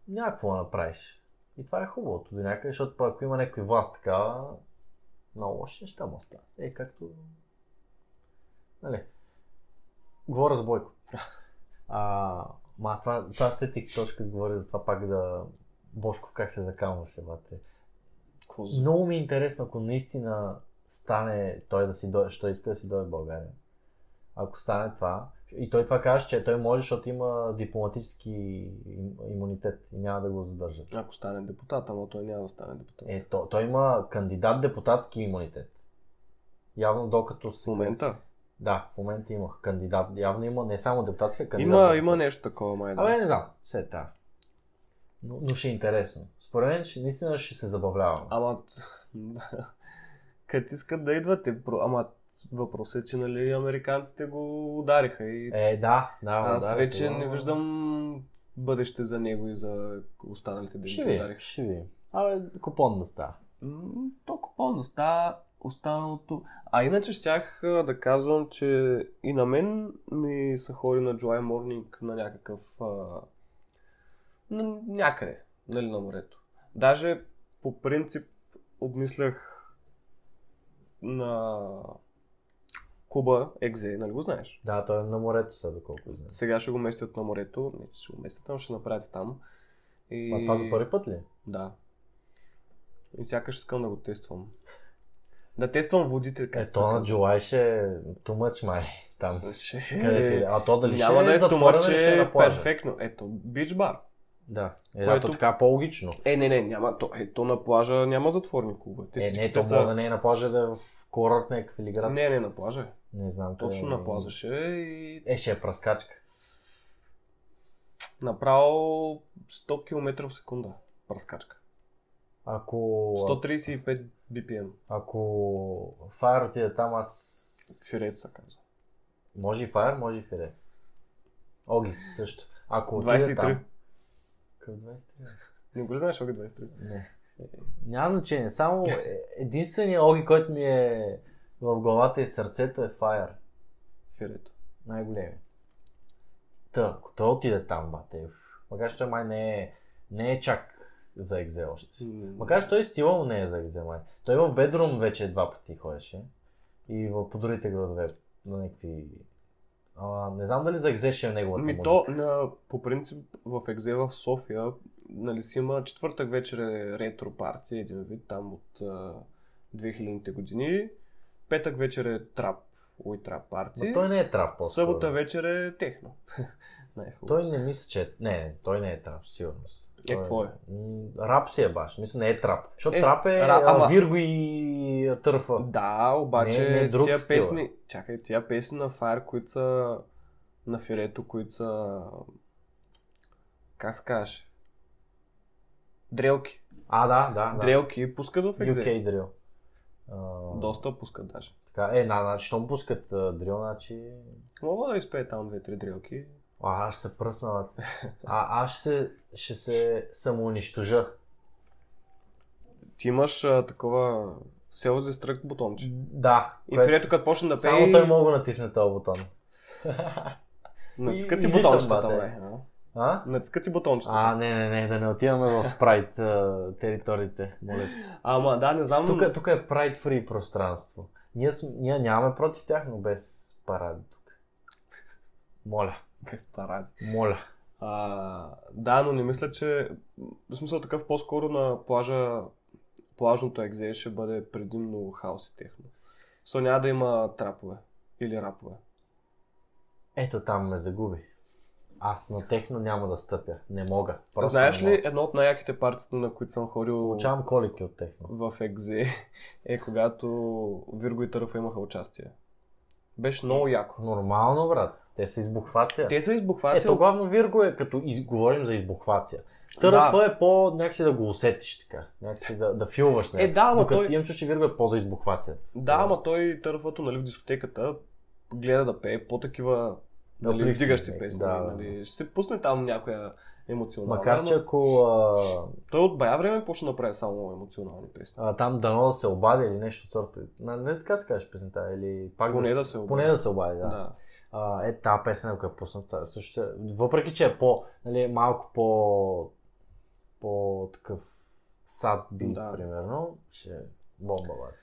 Speaker 1: няма какво да направиш. И това е хубавото до някъде, защото пък ако има някой власт такава, много лоши неща му става. Е, както... Нали. Говоря за Бойко. А, ма аз това, това се сетих точно като говоря за това пак да... Бошков как се закамваше, бате.
Speaker 2: какво за-
Speaker 1: Много ми е интересно, ако наистина стане той да си дойде, що иска да си дойде в България. Ако стане това, и той това каже, че той може, защото има дипломатически им- имунитет и няма да го задържат.
Speaker 2: Ако стане депутат, ама той няма да стане депутат.
Speaker 1: Е, то, той има кандидат депутатски имунитет. Явно докато
Speaker 2: В
Speaker 1: си...
Speaker 2: момента.
Speaker 1: Да, в момента има кандидат. Явно има не само депутатски, а кандидат.
Speaker 2: Има,
Speaker 1: депутатски.
Speaker 2: има нещо такова, май. да.
Speaker 1: Абе, не знам. Все е така. Но, но ще е интересно. Според мен, ще, наистина ще се забавлявам.
Speaker 2: Ама, т- като искат да идват, те про- ама въпросът е, че нали, американците го удариха и
Speaker 1: Е, да, да.
Speaker 2: аз
Speaker 1: да,
Speaker 2: вече
Speaker 1: това-
Speaker 2: не виждам бъдеще за него и за останалите да
Speaker 1: Ще
Speaker 2: ги
Speaker 1: ви,
Speaker 2: удариха.
Speaker 1: ще ви. Абе, купон да става.
Speaker 2: М, Толкова по-на става останалото. А иначе щях а, да казвам, че и на мен ми се ходи на July Morning на някакъв... А... На някъде, нали на морето. Даже по принцип обмислях на Куба Екзе, нали го знаеш?
Speaker 1: Да, той е на морето сега, доколко знам.
Speaker 2: Сега ще го местят на морето, не че ще го местят там, ще направят там. И...
Speaker 1: А това за първи път ли?
Speaker 2: Да. И сякаш искам да го тествам. Да тествам водите. как
Speaker 1: Е, то на
Speaker 2: цъкат.
Speaker 1: Джулай ще е too much май там.
Speaker 2: Ще...
Speaker 1: Където и да е. А то дали
Speaker 2: Няма
Speaker 1: ще
Speaker 2: да е
Speaker 1: затворено,
Speaker 2: затворен,
Speaker 1: или
Speaker 2: че
Speaker 1: ще е
Speaker 2: е
Speaker 1: на плажа.
Speaker 2: перфектно. Ето, бич бар.
Speaker 1: Да. Е, да,
Speaker 2: Което-
Speaker 1: то така е по-логично.
Speaker 2: Е, не, не, няма. То, е, то на плажа няма затворни клубове. Те
Speaker 1: Е, не,
Speaker 2: всичките
Speaker 1: то
Speaker 2: са...
Speaker 1: може да не е на плажа, да е в курорт някакъв или град.
Speaker 2: не, не, на плажа. е.
Speaker 1: Не знам. къде
Speaker 2: Точно
Speaker 1: е.
Speaker 2: на плажа ще е и
Speaker 1: Е, ще е праскачка.
Speaker 2: направо 100 км в секунда. Пръскачка.
Speaker 1: Ако...
Speaker 2: 135 BPM.
Speaker 1: Ако Файер отиде там, аз...
Speaker 2: Фюрет се казва.
Speaker 1: Може и Файер, може и Фире. Оги, също. Ако отиде
Speaker 2: 23.
Speaker 1: там... Към 23.
Speaker 2: Не го ли знаеш, Оги 23?
Speaker 1: Не. Няма значение. Само е- единственият оги, който ми е в главата и сърцето е Fire.
Speaker 2: Фюрето.
Speaker 1: Най-големи. Та, ако той отиде там, бате, уф. макар че той май не е, не е чак за екзе още. Макар че той стила му не е за екзе, май. Той в Бедрум вече два пъти ходеше. И в по другите градове на някакви... А, не знам дали за екзе ще е неговата
Speaker 2: Ми
Speaker 1: музика.
Speaker 2: Ами то, на, по принцип, в Екзе в София, нали си има четвъртък вечер е ретро партия, един вид там от а, 2000-те години. Петък вечер е трап, уй трап
Speaker 1: Но
Speaker 2: партия.
Speaker 1: той не е трап по-скоро.
Speaker 2: Събота вечер е техно. Най-хубаво.
Speaker 1: Той не мисля, че... Не, той не е трап, сигурно.
Speaker 2: Е, какво е?
Speaker 1: М, Рап си е баш, мисля, не е трап. Защото
Speaker 2: Е,
Speaker 1: трап е
Speaker 2: ра-
Speaker 1: ра,
Speaker 2: ама-
Speaker 1: Вирго и а, Търфа.
Speaker 2: Да, обаче
Speaker 1: Не, не е друг
Speaker 2: тия
Speaker 1: стил, е.
Speaker 2: песни, чакай, тия песни на Fire, които са на Фирето, които са, как се каже, дрелки.
Speaker 1: А, да, да. да.
Speaker 2: Дрелки пускат в Екзе.
Speaker 1: UK дрил. А,
Speaker 2: Доста пускат даже.
Speaker 1: Така, е, на, на, щом пускат а, дрил, значи...
Speaker 2: Мога да изпее там две-три дрелки.
Speaker 1: А, аз ще се пръсна, бе. А, аз ще, се- ще се самоунищожа.
Speaker 2: Ти имаш а, такова Sales Destruct бутонче.
Speaker 1: Да.
Speaker 2: И
Speaker 1: което-
Speaker 2: Фирето като почне да пее,
Speaker 1: Само той мога да натисне този бутон.
Speaker 2: натиска ти
Speaker 1: излитам,
Speaker 2: бутончета.
Speaker 1: бате.
Speaker 2: бе. А?
Speaker 1: А?
Speaker 2: Натиска ти бутончета.
Speaker 1: А, не, не, не, да не отиваме в прайд а, териториите, моля те.
Speaker 2: Ама да, не знам.
Speaker 1: Тук, тук е Pride Free пространство. Ние, сме, ние нямаме против тях, но без паради тук. Моля,
Speaker 2: Без паради.
Speaker 1: моля.
Speaker 2: А, да, но не мисля, че... В смисъл такъв по-скоро на плажа... Плажното екзе ще бъде предимно хаос и техно. Со няма да има трапове. Или рапове.
Speaker 1: Ето там ме загуби. Аз на техно няма да стъпя. Не мога.
Speaker 2: Просто Знаеш
Speaker 1: не мога.
Speaker 2: ли, едно от най-яките партията, на които съм ходил
Speaker 1: Получавам колики от техно.
Speaker 2: в екзе, е когато Вирго и Търфа имаха участие. Беше много яко.
Speaker 1: Нормално, брат. Те са избухвация.
Speaker 2: Те са избухваци.
Speaker 1: Ето, главно Вирго е като из... говорим за избухвация. Търфа
Speaker 2: Да.
Speaker 1: е по някакси да го усетиш така. Някакси да, да филваш
Speaker 2: Е,
Speaker 1: нещо.
Speaker 2: да, ама
Speaker 1: Докато
Speaker 2: той...
Speaker 1: той... имам чуш, че Вирго е по за избухвацията.
Speaker 2: Да, ама той търфато нали, в дискотеката гледа да пее по-такива нали,
Speaker 1: Uplifting,
Speaker 2: вдигащи
Speaker 1: е,
Speaker 2: песни.
Speaker 1: да,
Speaker 2: Да,
Speaker 1: да.
Speaker 2: нали. Ще се пусне там някоя емоционална.
Speaker 1: Макар, че
Speaker 2: но
Speaker 1: ако а,
Speaker 2: Той от бая време почна да прави само емоционални песни.
Speaker 1: а, там дано да се обади или нещо от сорта. На- Не така се каже песента, или пак
Speaker 2: Поне да се
Speaker 1: поне да се обади, да.
Speaker 2: да. да.
Speaker 1: а, е тази песен, ако е пуснат, са- също, е- въпреки че е по, нали, малко по, по такъв сад бит,
Speaker 2: Да.
Speaker 1: да. примерно, ще е бомба, бъде.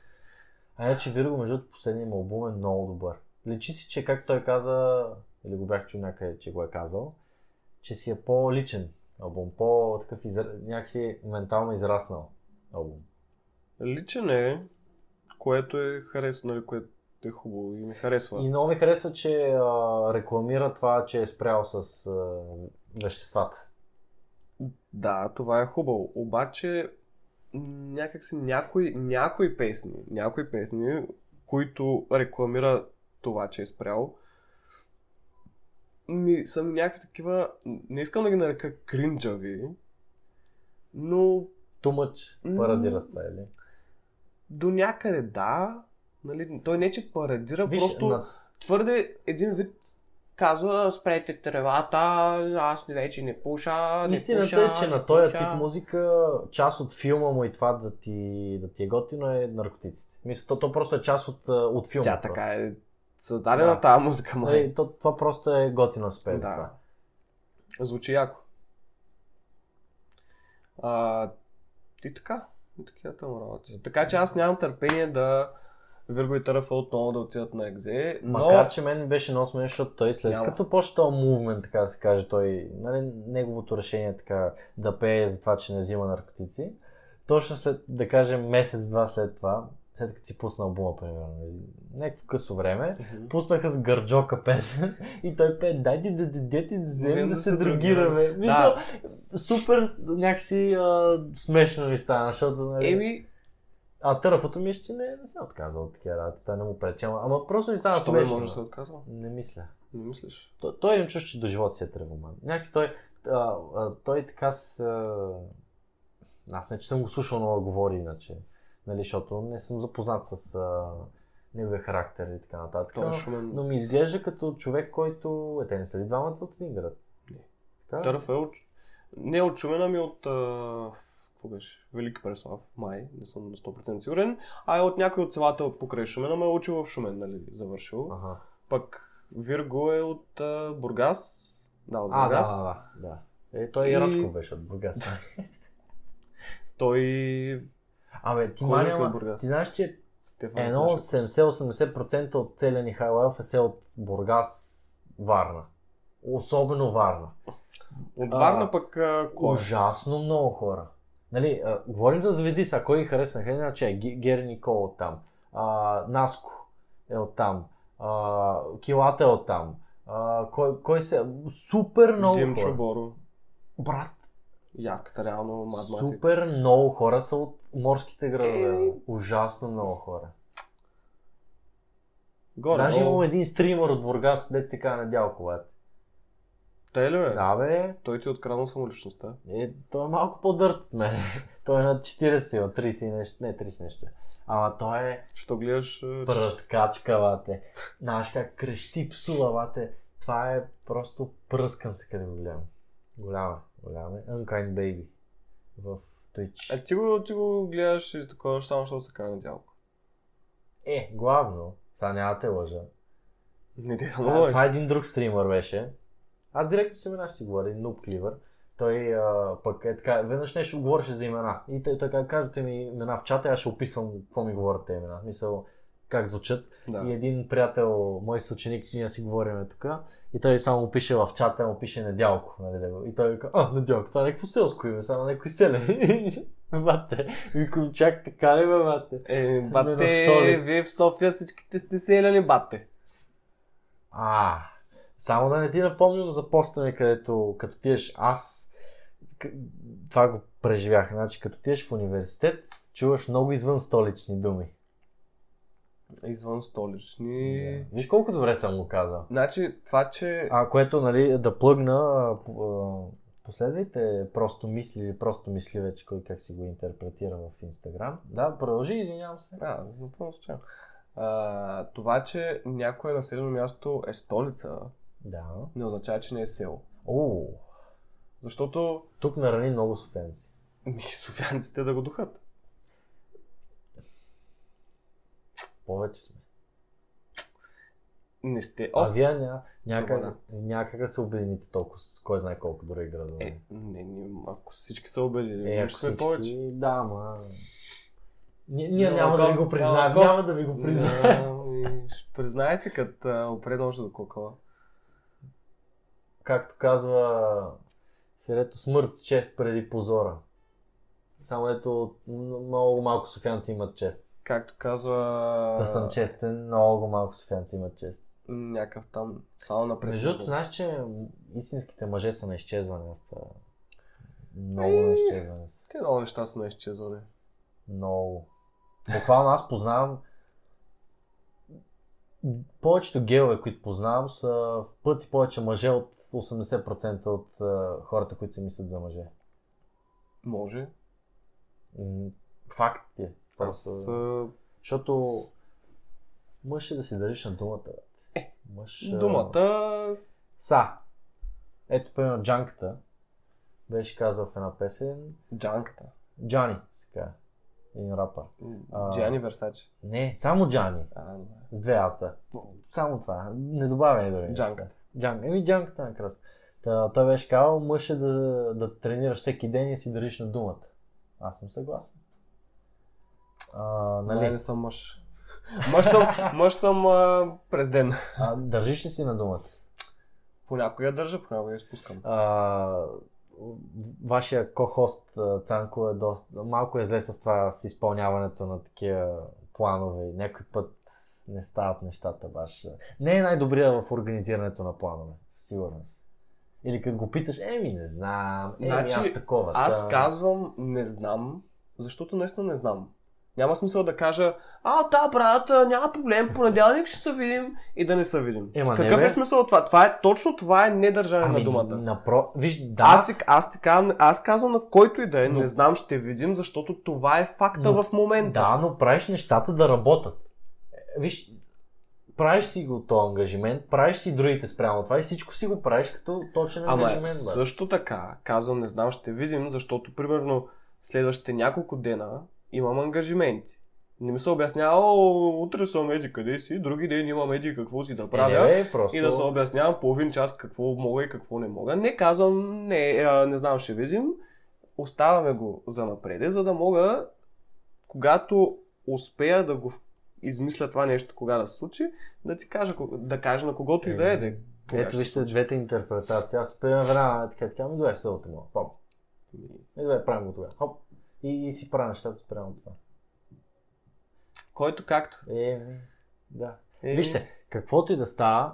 Speaker 1: А иначе Вирго, между другото, последният му албум е много добър. Личи си, че както той каза, или го бях чул някъде, че го е казал, че си е по-личен албум, по-такъв изра... някакси ментално израснал албум.
Speaker 2: Личен е, което е харес, нали, което е хубаво и ми харесва.
Speaker 1: И много ми харесва, че а, рекламира това, че е спрял с а, веществата.
Speaker 2: Да, това е хубаво. Обаче, м, някакси някои, някои песни, някои песни, които рекламира това, че е спрял, ми са ми някакви такива, не искам да ги нарека кринджави, но
Speaker 1: Too much
Speaker 2: М.
Speaker 1: парадира с това, или?
Speaker 2: до някъде да. Нали, той не че парадира,
Speaker 1: Виж,
Speaker 2: просто
Speaker 1: на...
Speaker 2: твърде един вид казва, спрете тревата, аз вече не пуша, не
Speaker 1: истината
Speaker 2: пуша,
Speaker 1: е, че
Speaker 2: не
Speaker 1: на този
Speaker 2: пуша.
Speaker 1: тип музика, част от филма му и това да ти, да ти е готино е наркотиците. Мисля, то, то просто е част от, а, от филма.
Speaker 2: Тя
Speaker 1: просто.
Speaker 2: така е създадена
Speaker 1: Да.
Speaker 2: тази музика, май.
Speaker 1: Нали, то, това просто е готино спец.
Speaker 2: Да.
Speaker 1: Да.
Speaker 2: Звучи яко. А, и така. И такива там работи. Така че аз нямам търпение да Вирго и Търфа отново да отидат на екзе, но...
Speaker 1: Макар, че мен ми беше много смешно, защото той след
Speaker 2: Няма.
Speaker 1: като почна този мувмент, така да се каже, той, нали, неговото решение така да пее за това, че не взима наркотици, точно след, да кажем, месец-два след това, след като си пусна албума, примерно, или някакво късо време,
Speaker 2: Мгм.
Speaker 1: пуснаха с гърджока песен и той пее дайте да дадете да вземем да се дрогираме. Мисъл,
Speaker 2: Да.
Speaker 1: супер някакси а, смешно ми стана, защото нали...
Speaker 2: Еми,
Speaker 1: А търфото ми ще не, не се отказва от такива работи, той не му прече, ама, ама просто ми стана
Speaker 2: що не нали, може да се
Speaker 1: смешно.
Speaker 2: отказва?
Speaker 1: Не мисля.
Speaker 2: Не мислиш.
Speaker 1: Той, той им чуш, че до живота си е тревоман. Някакси той, а, а, той така с... А... Аз не, че съм го слушал много да говори иначе, нали, защото не съм запознат с а, неговия характер и така нататък.
Speaker 2: Той е
Speaker 1: но-
Speaker 2: шумен.
Speaker 1: но ми изглежда като човек, който... Е, те не са ли двамата от един град?
Speaker 2: Не.
Speaker 1: Така?
Speaker 2: Търф е от... Не от Шумен, ами от... А... Какво беше? Велики Преслав, май, не съм на 100% сигурен. А е от някой от селата покрай Шумен, ама е учил в Шумен, нали, завършил.
Speaker 1: Ага.
Speaker 2: Пък Вирго е от а, Бургас. Да, от
Speaker 1: А, да,
Speaker 2: Бургас.
Speaker 1: да, да, да. Е, той и
Speaker 2: И- е
Speaker 1: Рачков беше от Бургас.
Speaker 2: Той
Speaker 1: Абе, ти,
Speaker 2: Кой е
Speaker 1: Маня,
Speaker 2: кой е
Speaker 1: ма-
Speaker 2: Бургас?
Speaker 1: ти знаеш, че
Speaker 2: Стефан.
Speaker 1: едно
Speaker 2: беше.
Speaker 1: 70-80% от целия ни хайлайф е сел от Бургас, Варна. Особено Варна.
Speaker 2: От
Speaker 1: а,
Speaker 2: Варна пък а, кой? е?
Speaker 1: Ужасно много хора. Нали, а, говорим за звезди, са кой ги харесва? Значи, е Ге- Гери Никол от там, а, Наско е от там, а, Килата е от там. А, кой, кой се... Супер много е.
Speaker 2: Димчо
Speaker 1: хора.
Speaker 2: Боро.
Speaker 1: Брат,
Speaker 2: Яката, реално мадмати.
Speaker 1: супер много хора са от морските градове.
Speaker 2: Е.
Speaker 1: Е... Ужасно много хора.
Speaker 2: Горе,
Speaker 1: Даже
Speaker 2: Даже
Speaker 1: имам един стример от Бургас, дет се казва Недял Коват.
Speaker 2: Е. Те ли бе?
Speaker 1: Да бе,
Speaker 2: Той ти е откраднал самоличността.
Speaker 1: е, той е малко по-дърт от мен. той е на 40, от 30 и нещо, не 30 нещо. Ама той е...
Speaker 2: Що гледаш... а,
Speaker 1: Пръскачка, вате. Знаеш как крещи псува, вате. Това е просто пръскам се къде го гледам. Голяма, голяма. е. Unkind Baby. В Twitch.
Speaker 2: А Е, ти го, ти го гледаш и такова, само защото се казва дялко.
Speaker 1: Е, главно, сега няма да те лъжа.
Speaker 2: Не ти да
Speaker 1: А,
Speaker 2: мога.
Speaker 1: това е- един друг стримър беше. Аз директно с имена ще си говоря, Нуб Кливър. Той а, пък е така, веднъж нещо говореше за имена. И той, той каза, кажете ми имена в чата, и аз ще описвам какво ми говорят те имена. Мисъл, как звучат.
Speaker 2: Да.
Speaker 1: И е- един приятел, мой съученик, ние си говорим тук, и той само пише в чата, му пише Недялко, нали да го. И той вика, а, Недялко, това е някакво селско име, само някакво селе. Бате, викам, чак така ли бе, бате?
Speaker 2: Е,
Speaker 1: Ами,
Speaker 2: бате,
Speaker 1: насоли.
Speaker 2: вие в София всичките сте селяни, бате.
Speaker 1: А, само да не ти напомням за постане, където като отидеш аз, к- това го преживях, значи като отидеш в университет, чуваш много извън столични думи.
Speaker 2: Извън столични.
Speaker 1: Да. Виж колко добре съм го казал.
Speaker 2: Значи, това, че...
Speaker 1: А, което, нали, да плъгна, а, по- а, последвайте просто мисли или просто мисли вече, кой как си го интерпретира в Инстаграм. Да, продължи, извинявам се.
Speaker 2: А, напълно случайно. А, това, че някое населено място е столица,
Speaker 1: Да.
Speaker 2: не означава, че не е село.
Speaker 1: О,
Speaker 2: Защото
Speaker 1: тук нарани много софенци.
Speaker 2: ми, софианците да го духат.
Speaker 1: Повече сме.
Speaker 2: Не сте.
Speaker 1: А
Speaker 2: О,
Speaker 1: вие ня, някак,
Speaker 2: Свобода.
Speaker 1: някак да се обедините толкова, с кой знае колко други градове.
Speaker 2: е, не, не, ако всички са убедили,
Speaker 1: Е,
Speaker 2: е,
Speaker 1: ако
Speaker 2: ще сме повече.
Speaker 1: Да, ма. Ние, ние
Speaker 2: Но
Speaker 1: няма да ви
Speaker 2: ако-
Speaker 1: го признаем.
Speaker 2: ако-
Speaker 1: Няма да ви го признаем.
Speaker 2: Да, ми, ще признаете, като а, опре ножа до кокала.
Speaker 1: Както казва Ферето, смърт с чест преди позора. Само ето м- много малко софианци имат чест.
Speaker 2: Както казва...
Speaker 1: Да съм честен, много малко софианци имат чест.
Speaker 2: Някакъв там, само напред.
Speaker 1: Между другото, знаеш, че истинските мъже са на изчезване. са Много на изчезване са.
Speaker 2: Те много неща са на изчезване.
Speaker 1: Много. Буквално аз познавам повечето геове, които познавам, са в пъти повече мъже от 80% от е, хората, които се мислят за мъже.
Speaker 2: Може.
Speaker 1: М, Факт е.
Speaker 2: Аз...
Speaker 1: Просто...
Speaker 2: а,
Speaker 1: Защото мъж е да си държиш на думата. бе. Мъж... а,
Speaker 2: Е, Думата...
Speaker 1: Са. Ето, примерно, Джанката беше казал в една песен.
Speaker 2: Джанката.
Speaker 1: Джани, сега. Един рапър. А.
Speaker 2: Джани Версаче.
Speaker 1: Не, само Джани.
Speaker 2: А, не.
Speaker 1: С две ата. Само това. Не добавя и дори.
Speaker 2: Джанката.
Speaker 1: Джанк. Еми, джанката накратко. Та, той беше казал, мъж е да, да тренираш всеки ден и си държиш на думата. Аз съм съгласен. А,
Speaker 2: Нали?
Speaker 1: нали,
Speaker 2: Не съм мъж. Мъж съм, мъж съм а, през ден.
Speaker 1: а, държиш ли си на думата?
Speaker 2: Понякога я държа, понякога я изпускам.
Speaker 1: А, вашия кохост а, Цанко е доста, малко е зле с това с изпълняването на такива планове. Някой път не стават нещата баш. Не е най-добрия в организирането на планове, със сигурност. Или като го питаш, еми не знам, еми
Speaker 2: Значи,
Speaker 1: аз такова.
Speaker 2: Аз
Speaker 1: та.
Speaker 2: казвам не знам, защото наистина не знам. Няма смисъл да кажа, а, да, брат, а, няма проблем, понеделник ще се видим и да не се видим.
Speaker 1: Ема, не,
Speaker 2: Какъв
Speaker 1: бе. Ами,
Speaker 2: е смисъл от това? това е, точно това е недържане на думата.
Speaker 1: Напро... Виж, да,
Speaker 2: Аз, си- аз, ти казвам, аз казвам на който и да е,
Speaker 1: Но-
Speaker 2: не знам, ще видим, защото това е факта
Speaker 1: Но-
Speaker 2: в момента.
Speaker 1: да, но правиш нещата да работят. Е, Виж, правиш си го този ангажимент, правиш си другите спрямо това и всичко си го правиш като точен
Speaker 2: Ама
Speaker 1: ангажимент. Е, бе.
Speaker 2: също така, казвам, не знам, ще видим, защото примерно следващите няколко дена имам ангажименти. Не ми се обяснява, о, утре съм еди къде си, други ден имам еди какво си да правя.
Speaker 1: Е, не, бе, просто...
Speaker 2: и да се обяснявам половин час какво мога и какво не мога. Не казвам, не, а, не знам, ще видим. Оставаме го за напреде, за да мога, когато успея да го измисля това нещо, кога да се случи, да ти кажа, ко- да кажа на когото и да е. Да. кога
Speaker 1: Ето
Speaker 2: ще
Speaker 1: вижте двете интерпретации. Аз пея време, така, така, ми добре, селото му. Хоп. И добре, правим го тогава. Хоп. И, и си правя нещата спрямо това.
Speaker 2: Който както.
Speaker 1: Е, да.
Speaker 2: Е,
Speaker 1: Вижте, каквото и да става, м,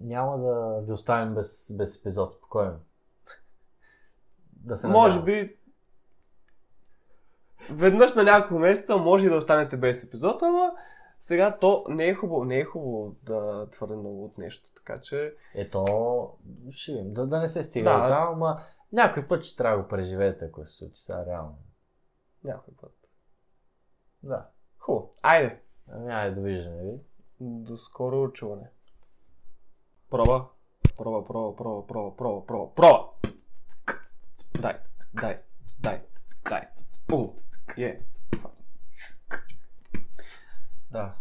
Speaker 1: няма да ви оставим без, без епизод. Спокойно. Да се
Speaker 2: Може
Speaker 1: надявам.
Speaker 2: би веднъж на няколко месеца може и да останете без епизод, ама сега то не е хубаво, не е хубаво да твърде много от нещо, така че
Speaker 1: Ето, ще видим. Да, да не се стига
Speaker 2: Да.
Speaker 1: до там, ама някой път ще трябва да го преживеете, ако се случи сега реално.
Speaker 2: някой път.
Speaker 1: Да.
Speaker 2: Хубаво. Айде,
Speaker 1: Ами, айде, довиждане ви.
Speaker 2: до скоро чуване. Проба, проба, проба, проба, проба, проба, проба, проба! Дай, дай, дай, дай, пум, е.
Speaker 1: Да.